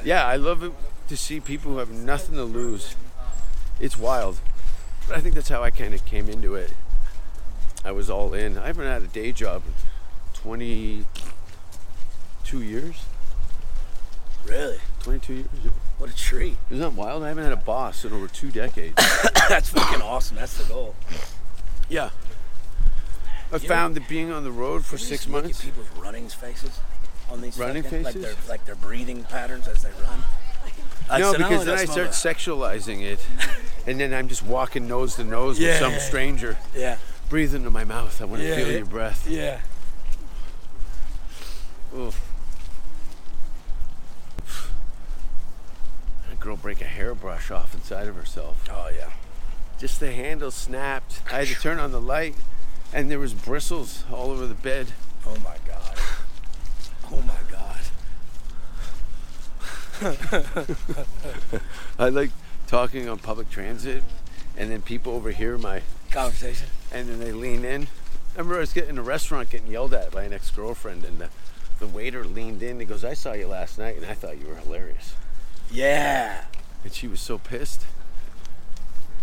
yeah, I love it to see people who have nothing to lose. It's wild. But I think that's how I kind of came into it. I was all in. I haven't had a day job in 22 years.
Really?
22 years.
What a treat.
Isn't that wild? I haven't had a boss in over two decades.
that's fucking awesome. That's the goal.
yeah. I
You
found that being on the road for
Can you
six
just look at
months.
people's running faces on these
Running
fucking- like
faces?
their like their breathing patterns as they run. Like,
no,
so not
because
only
then I
does
start
Mama-
sexualizing it, and then I'm just walking nose to nose with
Yeah.
some stranger.
Yeah,
Breathe into my mouth. I want to
Yeah,
feel
yeah.
your breath.
yeah.
Oof. A girl break a hairbrush off inside of herself.
Oh yeah.
Just the handle snapped. I had to turn on the light, and there was bristles all over the bed.
Oh my god. Oh my god.
I like talking on public transit, and then people overhear my,
Conversation.
and then they lean in. I remember I was getting in a restaurant getting yelled at by an ex-girlfriend, and the, the waiter leaned in. and goes, "I saw you last night, and I thought you were hilarious."
Yeah.
And she was so pissed.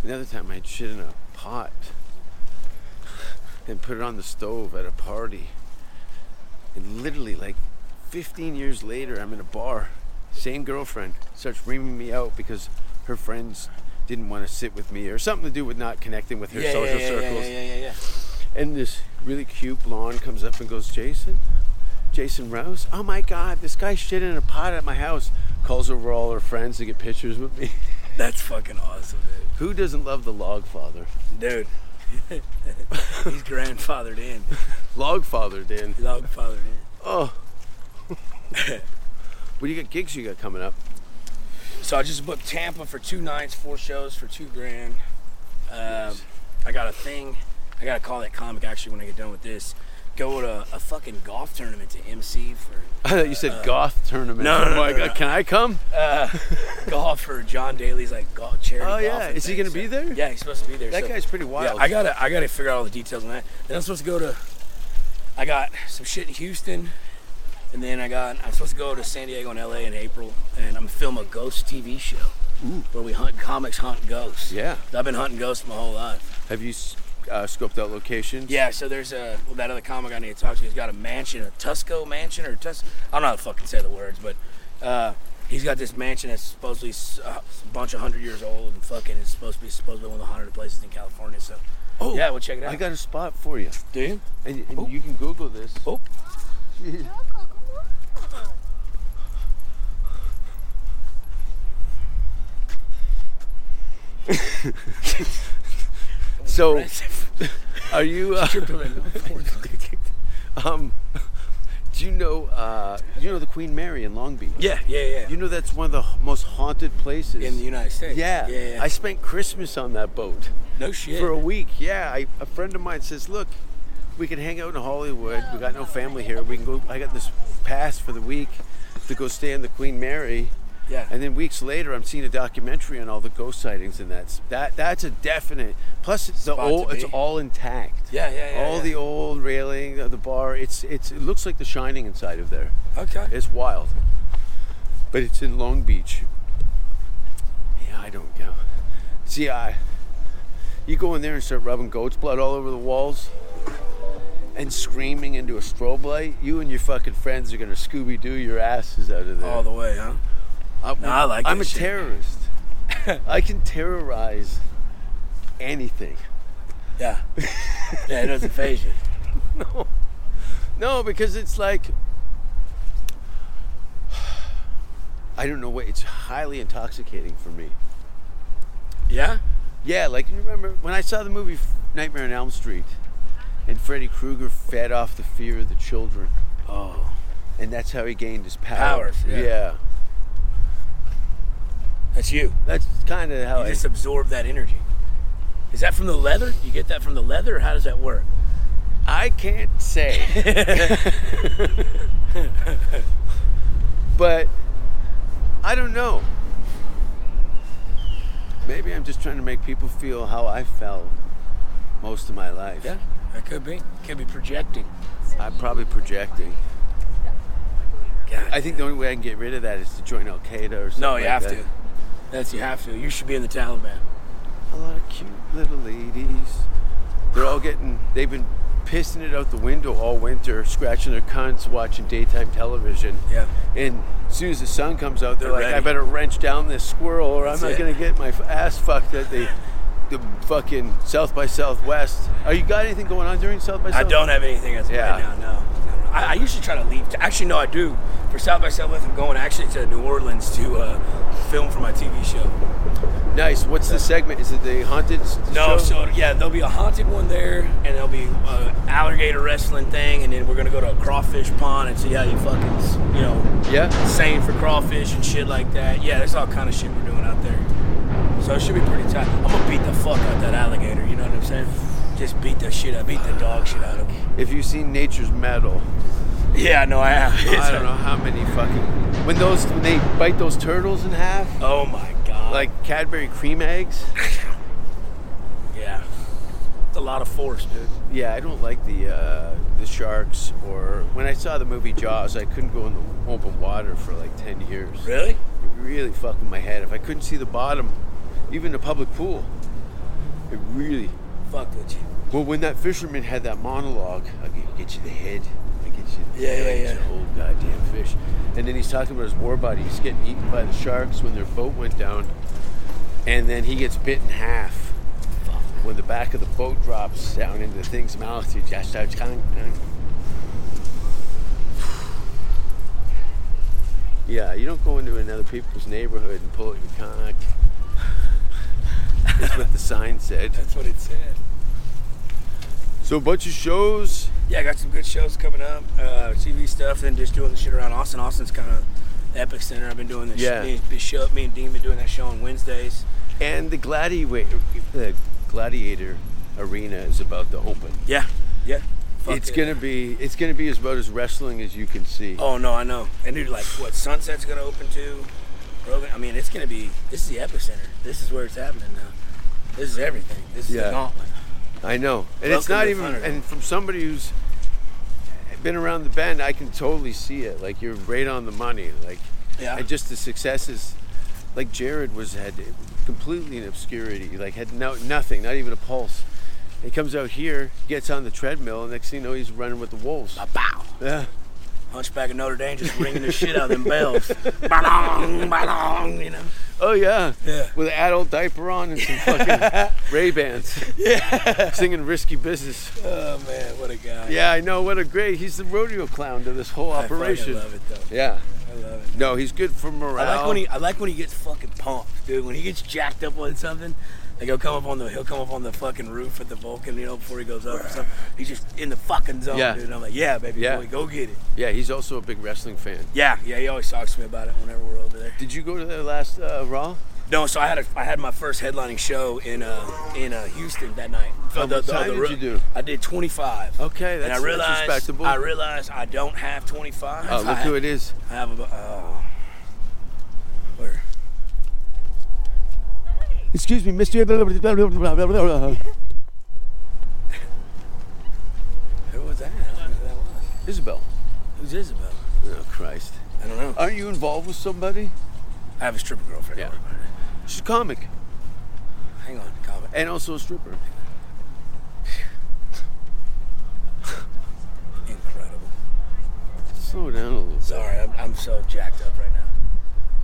Another time I had shit in a pot and put it on the stove at a party. And literally, like 15 years later, I'm in a bar same girlfriend starts reaming me out because her friends didn't want to sit with me or something to do with not connecting with her
yeah,
social
yeah, yeah,
circles.
Yeah, yeah, yeah, yeah.
And this really cute blonde comes up and goes, Jason, Jason Rouse. Oh my God, this guy shit in a pot at my house. Calls over all her friends to get pictures with me.
That's fucking awesome,
Who doesn't love the log father?
dude. Dude, he's grandfathered in,
Log father, Dan.
log fathered in.
Oh. what do you got gigs you got coming up?
So I just booked Tampa for two nights, four shows for two grand. Um, I got a thing. I gotta call that comic actually when I get done with this. Go to a fucking golf tournament to MC for
I thought you said goth tournament.
Uh, no, no,
Oh my
no, no,
God,
no.
Can I come?
golf for John Daly's like golf charity.
Oh, yeah.
golfing
Is he
thing.
gonna be there?
Yeah, he's supposed to be there.
That
So-
guy's pretty wild.
Yeah, I gotta I gotta figure out all the details on that. Then I'm supposed to go to I got some shit in Houston. And then I got I'm supposed to go to San Diego and LA in April and I'm gonna film a ghost TV show. Where we hunt comics hunt ghosts.
Yeah.
I've been hunting ghosts my whole life.
Have you s- uh, scoped out locations?
Yeah, so there's a well, that other comic I need to talk to. He's got a mansion, a Tusco mansion or Tus. I don't know how to fucking say the words, but uh, he's got this mansion that's supposedly s- uh, a bunch of hundred years old and fucking it's supposed to be supposedly one of the hottest places in California. So
Oh,
yeah, we'll check it out.
I got a spot for you.
Do you?
And, and
Oh.
you can Google this.
Oh.
so, are you? Uh, um, do you know? Uh, you know the Queen Mary in Long Beach.
yeah, yeah, yeah.
You know that's one of the h- most haunted places
in the United States.
Yeah.
yeah. yeah.
I spent Christmas on that boat
no shit.
for a week. Yeah, I, a friend of mine says, "Look, we can hang out in Hollywood. We got no family here. We can go. I got this pass for the week to go stay in the Queen Mary."
yeah.
And then weeks later, I'm seeing a documentary on all the ghost sightings, and that's that. That's a definite. Plus, it's the
Spot to
old, it's
be.
all intact.
Yeah, yeah, yeah,
All
yeah.
the old railing, uh, the the bar. It's it's it looks like The Shining inside of there.
okay.
It's wild. But it's in Long Beach. Yeah, I don't go. See, I you go in there and start rubbing goat's blood all over the walls and screaming into a strobe light. You and your fucking friends are gonna Scooby Doo your asses out of there.
All the way, huh?
I'm,
No, Oh, I like
I'm
that
a
shit.
terrorist. I can terrorize anything.
Yeah. yeah, it doesn't phase you.
No, because it's like I don't know what it's highly intoxicating for me.
Yeah.
Yeah, like you remember when I saw the movie Nightmare on Elm Street and Freddy Krueger fed off the fear of the children
Oh,
and that's how he gained his power.
Powers, yeah. that's you.
That's kind of how
You
I
just absorb that energy. Is that from the leather? You get that from the leather, or how does that work?
I can't say. but I don't know. Maybe I'm just trying to make people feel how I felt most of my life.
that could be. Could be projecting.
I'm probably projecting.
God.
I think the only way I can get rid of that is to join Al Qaeda or something.
no, you
like
have
that.
to. That's you have to. You should be in the Taliban.
A lot of cute little ladies. They're all getting. They've been pissing it out the window all winter, scratching their cunts, watching daytime television.
Yeah.
And as soon as the sun comes out, they're,
They're
like, I
ready.
better wrench down this squirrel or
That's
I'm not
it.
going to get my f- ass fucked at the, the fucking South by Southwest. Are you got anything going on during South by
I
Southwest?
don't have anything as of
Yeah.
right now. No, no, no. I, I usually try to leave. To, actually, no, I do. For South by Southwest, I'm going actually to New Orleans to uh, film for my TV show.
Nice. What's the segment? Is it the haunted s- show?
No, so yeah, there'll be a haunted one there, and there'll be an alligator wrestling thing, and then we're gonna go to a crawfish pond and see how you fucking, you know,
yeah.
sane for crawfish and shit like that. Yeah, there's all kind of shit we're doing out there. So it should be pretty tight. I'm gonna beat the fuck out that alligator. You know what I'm saying? Just beat the shit. I beat the dog shit out of him.
If you've seen Nature's Metal,
Yeah, no, I have.
I don't know how many fucking when those when they bite those turtles in half
Oh my god.
like Cadbury cream eggs.
yeah, it's a lot of force, dude.
Yeah, I don't like the uh, the sharks. Or when I saw the movie Jaws, I couldn't go in the open water for like ten years.
Really?
It really fucked with my head. If I couldn't see the bottom, even the public pool, it really
Fuck with you.
Well, when that fisherman had that monologue, I'll get, get you the head, I'll get you the
Yeah, yeah,
head,
yeah.
old goddamn fish. And then he's talking about his war buddy. He's getting eaten by the sharks when their boat went down. And then he gets bit in half. When the back of the boat drops down into the thing's mouth, he just starts kind Yeah, you don't go into another people's neighborhood and pull out your cock. That's what the sign said.
That's what it said.
So a bunch of shows.
Yeah, I got some good shows coming up, uh, TV stuff, and just doing the shit around Austin. Austin's kind of the epic center. I've been doing this.
Yeah.
Me, and- this show, me and Dean been doing that show on Wednesdays.
And the gladiator, the gladiator arena is about to open.
Yeah, yeah. Fuck
it's
it.
gonna be it's gonna be as about as wrestling as you can see.
Oh no, I know. And dude, like what Sunset's gonna open to? Rogan. I mean, it's gonna be. This is the epicenter. This is where it's happening now. This is everything. This is
Yeah.
the gauntlet.
I know, and
Oh, Welcome
it's not
to
even.
Thunderdome.
And from somebody who's been around the bend, I can totally see it. Like you're right on the money. Like,
Yeah.
and just the successes. Like Jared was had completely in obscurity. Like had no nothing, not even a pulse. He comes out here, gets on the treadmill, and next thing you know, he's running with the wolves.
Bow.
Yeah.
Hunchback of Notre Dame just ringing the shit out of them bells. Ba-dong, ba-dong, you know.
Oh yeah.
Yeah.
With an adult diaper on and some fucking Ray Bans. Yeah. Singing risky business.
Oh man, what a guy.
Yeah, I know. What a great. He's the rodeo clown to this whole
I fucking
operation.
love it though.
Yeah.
I love it.
No, he's good for morale.
I like when he I like when he gets fucking pumped, dude. When he gets jacked up on something, like he'll come up on the he'll come up on the fucking roof at the Vulcan, you know, before he goes up or something. He's just in the fucking zone,
Yeah.
dude. And I'm like, yeah, baby
Yeah.
boy, go get it.
yeah, he's also a big wrestling fan.
Yeah, yeah. He always talks to me about it whenever we're over there.
Did you go to their last uh, Raw?
No, so I had a, I had my first headlining show in uh, in uh, Houston that night.
How much time did
ro-
you do?
I did 25.
Okay,
and I
that's- that's
realized,
respectable.
I realized I don't have 25.
Oh,
I
look who
have-
it is.
I have about. Oh, where?
Excuse me, Mr. Blah, blah, blah, blah, blah, blah, blah.
Who was that? I don't know who that was.
Isabel.
Who's Isabel?
Oh Christ.
I don't know.
Aren't you involved with somebody?
I have a stripper girlfriend.
Yeah.
Don't worry about
She's a comic
it. Hang on, comment.
and also a stripper.
Incredible.
Slow down a little.
Sorry, I'm, I'm so jacked up right now.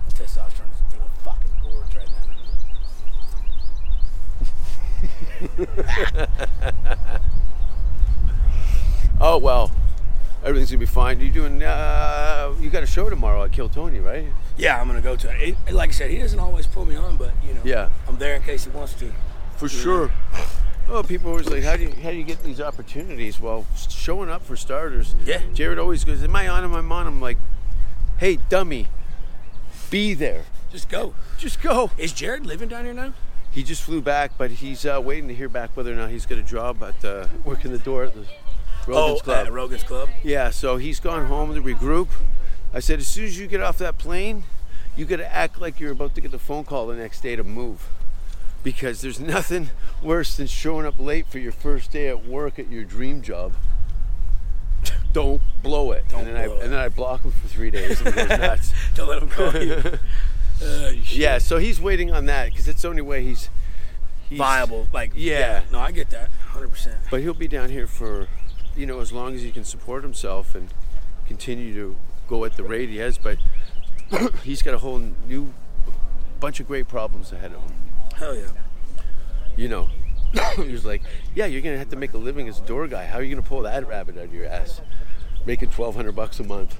My testosterone is through the fucking gorge right now.
Oh well, everything's gonna be fine. You doing? Uh, you got a show tomorrow at Kill Tony, right?
Yeah, I'm gonna go to it. It- Like I said, he doesn't always pull me on, but you know,
Yeah.
I'm there in case he wants to.
For sure. Oh, people are always like, how do you how do you get these opportunities? Well, showing up for starters.
Yeah.
Jared always goes, "Am I on? Am I on?" I'm like, "Hey, dummy, be there.
Just go.
Just go."
Is Jared living down here now?
He just flew back, but he's uh, waiting to hear back whether or not he's got a job at uh, working the door at the Rogan's
oh,
Club.
at Rogan's Club.
Yeah, so he's gone home to regroup. I said, as soon as you get off that plane, you gotta act like you're about to get the phone call the next day to move. Because there's nothing worse than showing up late for your first day at work at your dream job. Don't blow it.
Don't
and then
blow
I
it.
and then I block him for three days and he goes nuts.
Don't let him call you. Uh, you shit.
yeah, so he's waiting on that because it's the only way he's, he's
Viable. Like.
Yeah.
No, I get that. 100. percent
But he'll be down here for, you know, as long as he can support himself and continue to go at the rate he has. But he's got a whole new bunch of great problems ahead of him.
Hell yeah.
You know, he was like, "Yeah, you're gonna have to make a living as a door guy. How are you gonna pull that rabbit out of your ass? Making twelve hundred bucks a month.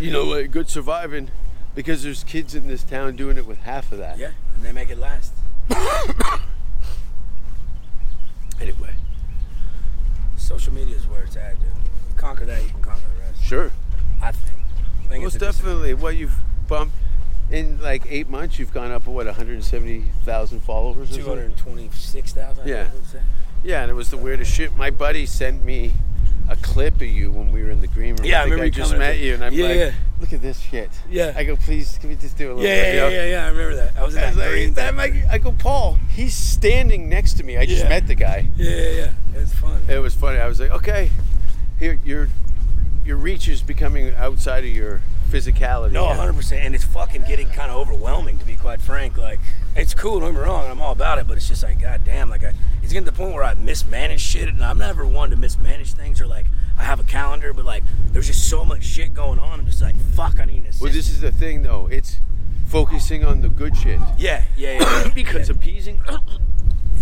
You know, like good surviving." Because there's kids in this town doing it with half of that.
Yeah. And they make it last.
Anyway,
Social media is where it's at, dude. You conquer that, you can conquer the rest.
sure.
I think. I think
Most
it's a dis-
definitely. Well, you've bumped in like eight months. You've gone up what 170,000 followers. or something?
226,000. I
Yeah.
think it was.
Yeah, and it was the weirdest shit. My buddy sent me a clip of you when we were in the green room.
Yeah, I
think
remember you
just
coming up
met
to-
you, and I'm
Yeah,
like,
yeah.
look at this shit.
Yeah.
I go, please, can we just do a little?
Yeah, yeah,
video?"
yeah, yeah, yeah, I remember that. I was in
I
that
was like,
green
"That
thing.
might-" I go, Paul. He's standing next to me. I just
Yeah.
met the guy.
Yeah, yeah, yeah. It was fun.
It was funny. I was like, okay, here your your reach is becoming outside of your physicality.
No,
yeah.
100, percent and it's fucking getting kind of overwhelming to be quite frank. Like, it's cool. Don't get me wrong, I'm all about it, but it's just like, goddamn, like I, it's getting to the point where I mismanage shit, and I'm never one to mismanage things or like I have a calendar, but like there's just so much shit going on. I'm just like, fuck, I need an assistant.
Well, this is the thing though. It's focusing on the good shit
yeah, yeah, yeah, yeah.
because
yeah.
appeasing.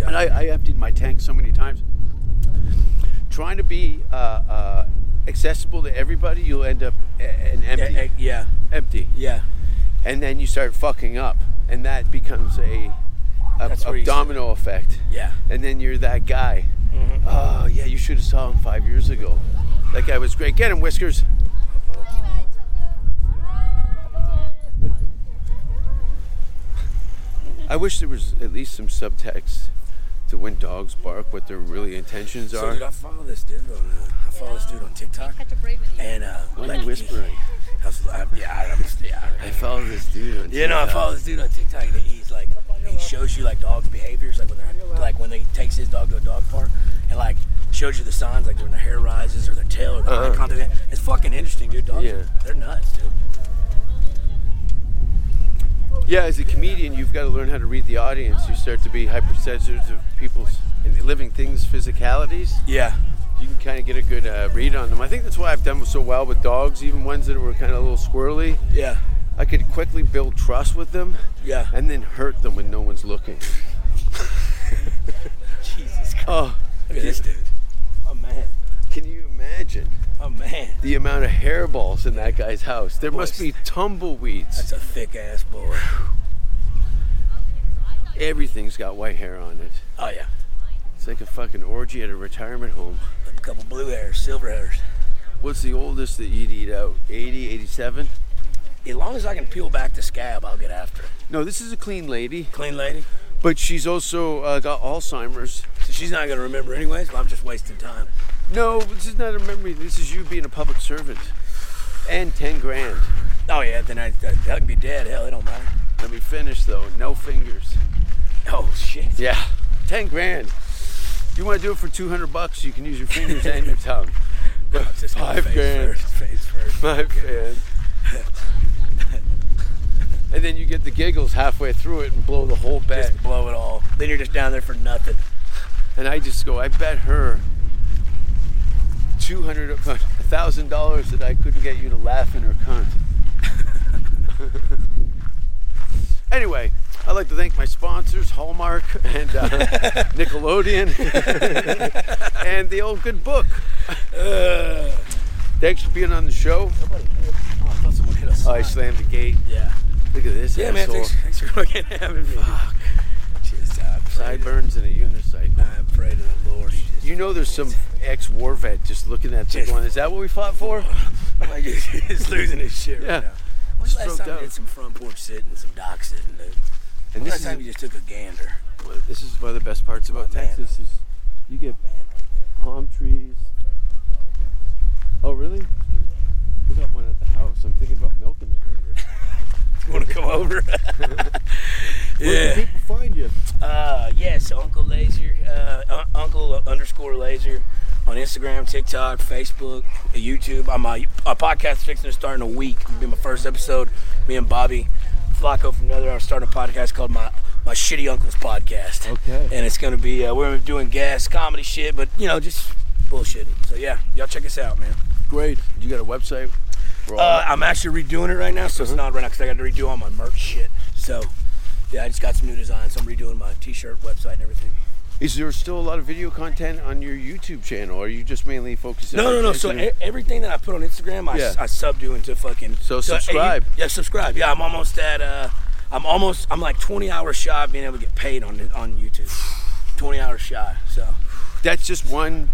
and I, I emptied my tank so many times. Trying to be uh, uh, accessible to everybody, you'll end up a- an empty,
yeah, eh, yeah,
empty,
yeah.
and then you start fucking up, and that becomes a a,
That's
a
where you-
domino effect.
Yeah.
and then you're that guy.
Mm-hmm.
Oh yeah, you should have saw him five years ago. That guy was great. Get him, Whiskers. I wish there was at least some subtext to when dogs bark, what their really intentions
So,
are.
dude, I follow this dude on uh, I follow this dude on TikTok,
Catch a break with you.
and uh,
What
like
are you whispering?
I was, I, yeah, I'm, yeah,
I follow this dude on
You know, I
TikTok.
follow this dude on TikTok, and he's like, he shows you like dogs' behaviors, like when they're like when they takes his dog to a dog park, and like shows you the signs, like when their hair rises or their tail or their eye contact. It's fucking interesting, dude. Dogs,
Yeah.
they're nuts, dude.
Yeah, as a comedian, you've got to learn how to read the audience. You start to be hypersensitive to people's and living things' physicalities.
Yeah,
You can kind of get a good uh, read on them. I think that's why I've done so well with dogs, even ones that were kind of a little squirrely.
yeah,
I could quickly build trust with them
yeah.
and then hurt them when no one's looking.
Jesus, Christ.
Oh,
look at this dude. Oh man,
can you imagine
oh man,
the amount of hairballs in that guy's house? There must be
Boys.
tumbleweeds.
that's a thick ass boy.
Everything's got white hair on it.
Oh yeah,
It's like a fucking orgy at a retirement home.
a couple blue hairs, silver hairs.
What's the oldest that you'd eat out? 80, 87?
As long as I can peel back the scab, I'll get after it.
No, this is a clean lady,
Clean lady.
but she's also uh, got Alzheimer's.
So she's not gonna remember anyways. But I'm just wasting time.
No, this is not a memory. This is you being a public servant. And 10 grand.
Oh yeah, then I, I, I'd be dead. Hell, it don't matter.
Let me finish though. No fingers.
Oh shit.
Yeah. 10 grand. You want to do it for 200 bucks, you can use your fingers and your tongue.
No, it's just
Five
face
grand.
First, face first.
My man. and then you get the giggles halfway through it and blow the whole bet.
Just blow it all. Then you're just down there for nothing.
Oh, And I just go, I bet her 200 of- $1,000 that I couldn't get you to laugh in her cunt. anyway, I'd like to thank my sponsors, Hallmark and uh, Nickelodeon, and the old good book.
Uh.
Thanks for being on the show.
Oh, I thought someone hit us.
Oh, I slammed the gate.
yeah.
Look at this.
Yeah, man.
asshole.
Thanks, thanks for fucking having me. Fuck. Just, I pray, to,
Sideburns and a unicycle.
I pray to the Lord. He just,
You know, there's some ex-war vet just looking at you
Just-
going, "Is that what we fought for?"
like, he's, he's losing his shit
Yeah.
right now. When's the
Stroked
last time
out.
you did some front porch sitting, some dock sitting, dude?
And
When's
this
last
is
time you just took a gander?
this is one of the best parts about
Oh, man. Oh,
Texas is you get palm trees. Oh, really? We got one at the house. I'm thinking about milking it later.
You want to come
Where
over? yeah.
can people find you?
Uh, yeah, so Uncle Laser, uh, un- Uncle underscore Laser on Instagram, TikTok, Facebook, YouTube. I'm a, a podcast fixing to start in a week. It'll be my first episode. Me and Bobby Flacco from another are starting a podcast called my my shitty uncle's podcast.
Okay.
And it's gonna be uh, we're doing gas comedy shit, but you know just bullshitting. So yeah, y'all check us out, man.
Great. You got a website? We're all-
Uh, I'm actually redoing it right now, so it's not right now because I got to redo all my merch shit. So yeah, I just got some new designs. So I'm redoing my T-shirt website and everything.
is there still a lot of video content on your YouTube channel, or are you just mainly focusing?
No,
on
no, no. So e-
Instagram?
everything that I put on Instagram, I,
Yeah.
I subdue into fucking.
So
uh, you-
subscribe.
yeah, subscribe. Yeah, I'm almost at. Uh, I'm almost. I'm like 20 hours shy of being able to get paid on on YouTube. 20 hours shy. So
that's just one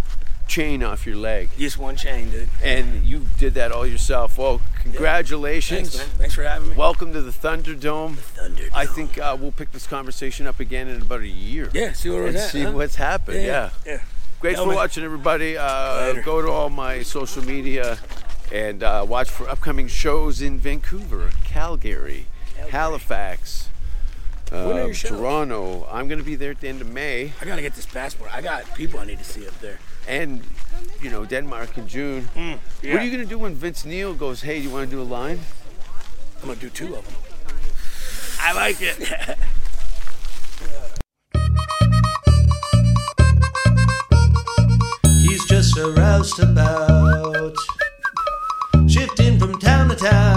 chain off your leg,
just one chain, dude.
and you did that all yourself. Well, congratulations.
Thanks, man. Thanks for having me.
Welcome to the Thunderdome.
Thunder.
I think uh, we'll pick this conversation up again in about a year.
Yeah. See where
and
we're at.
see
huh?
what's happened. Yeah.
Yeah.
Great for
Gentlemen.
watching, everybody. Uh,
Later.
go to all my social media and uh, watch for upcoming shows in Vancouver, Calgary, Halifax,
When are
uh,
your shows?
Toronto. I'm going to be there at the end of May,
I gotta get this passport. I got people I need to see up there.
and you know Denmark in June. What
Hmm, yeah.
are you going to do when Vince Neil goes? Hey, do you want to do a line?
I'm gonna do two of them.
I like it.
He's just aroused about shifting from town to town.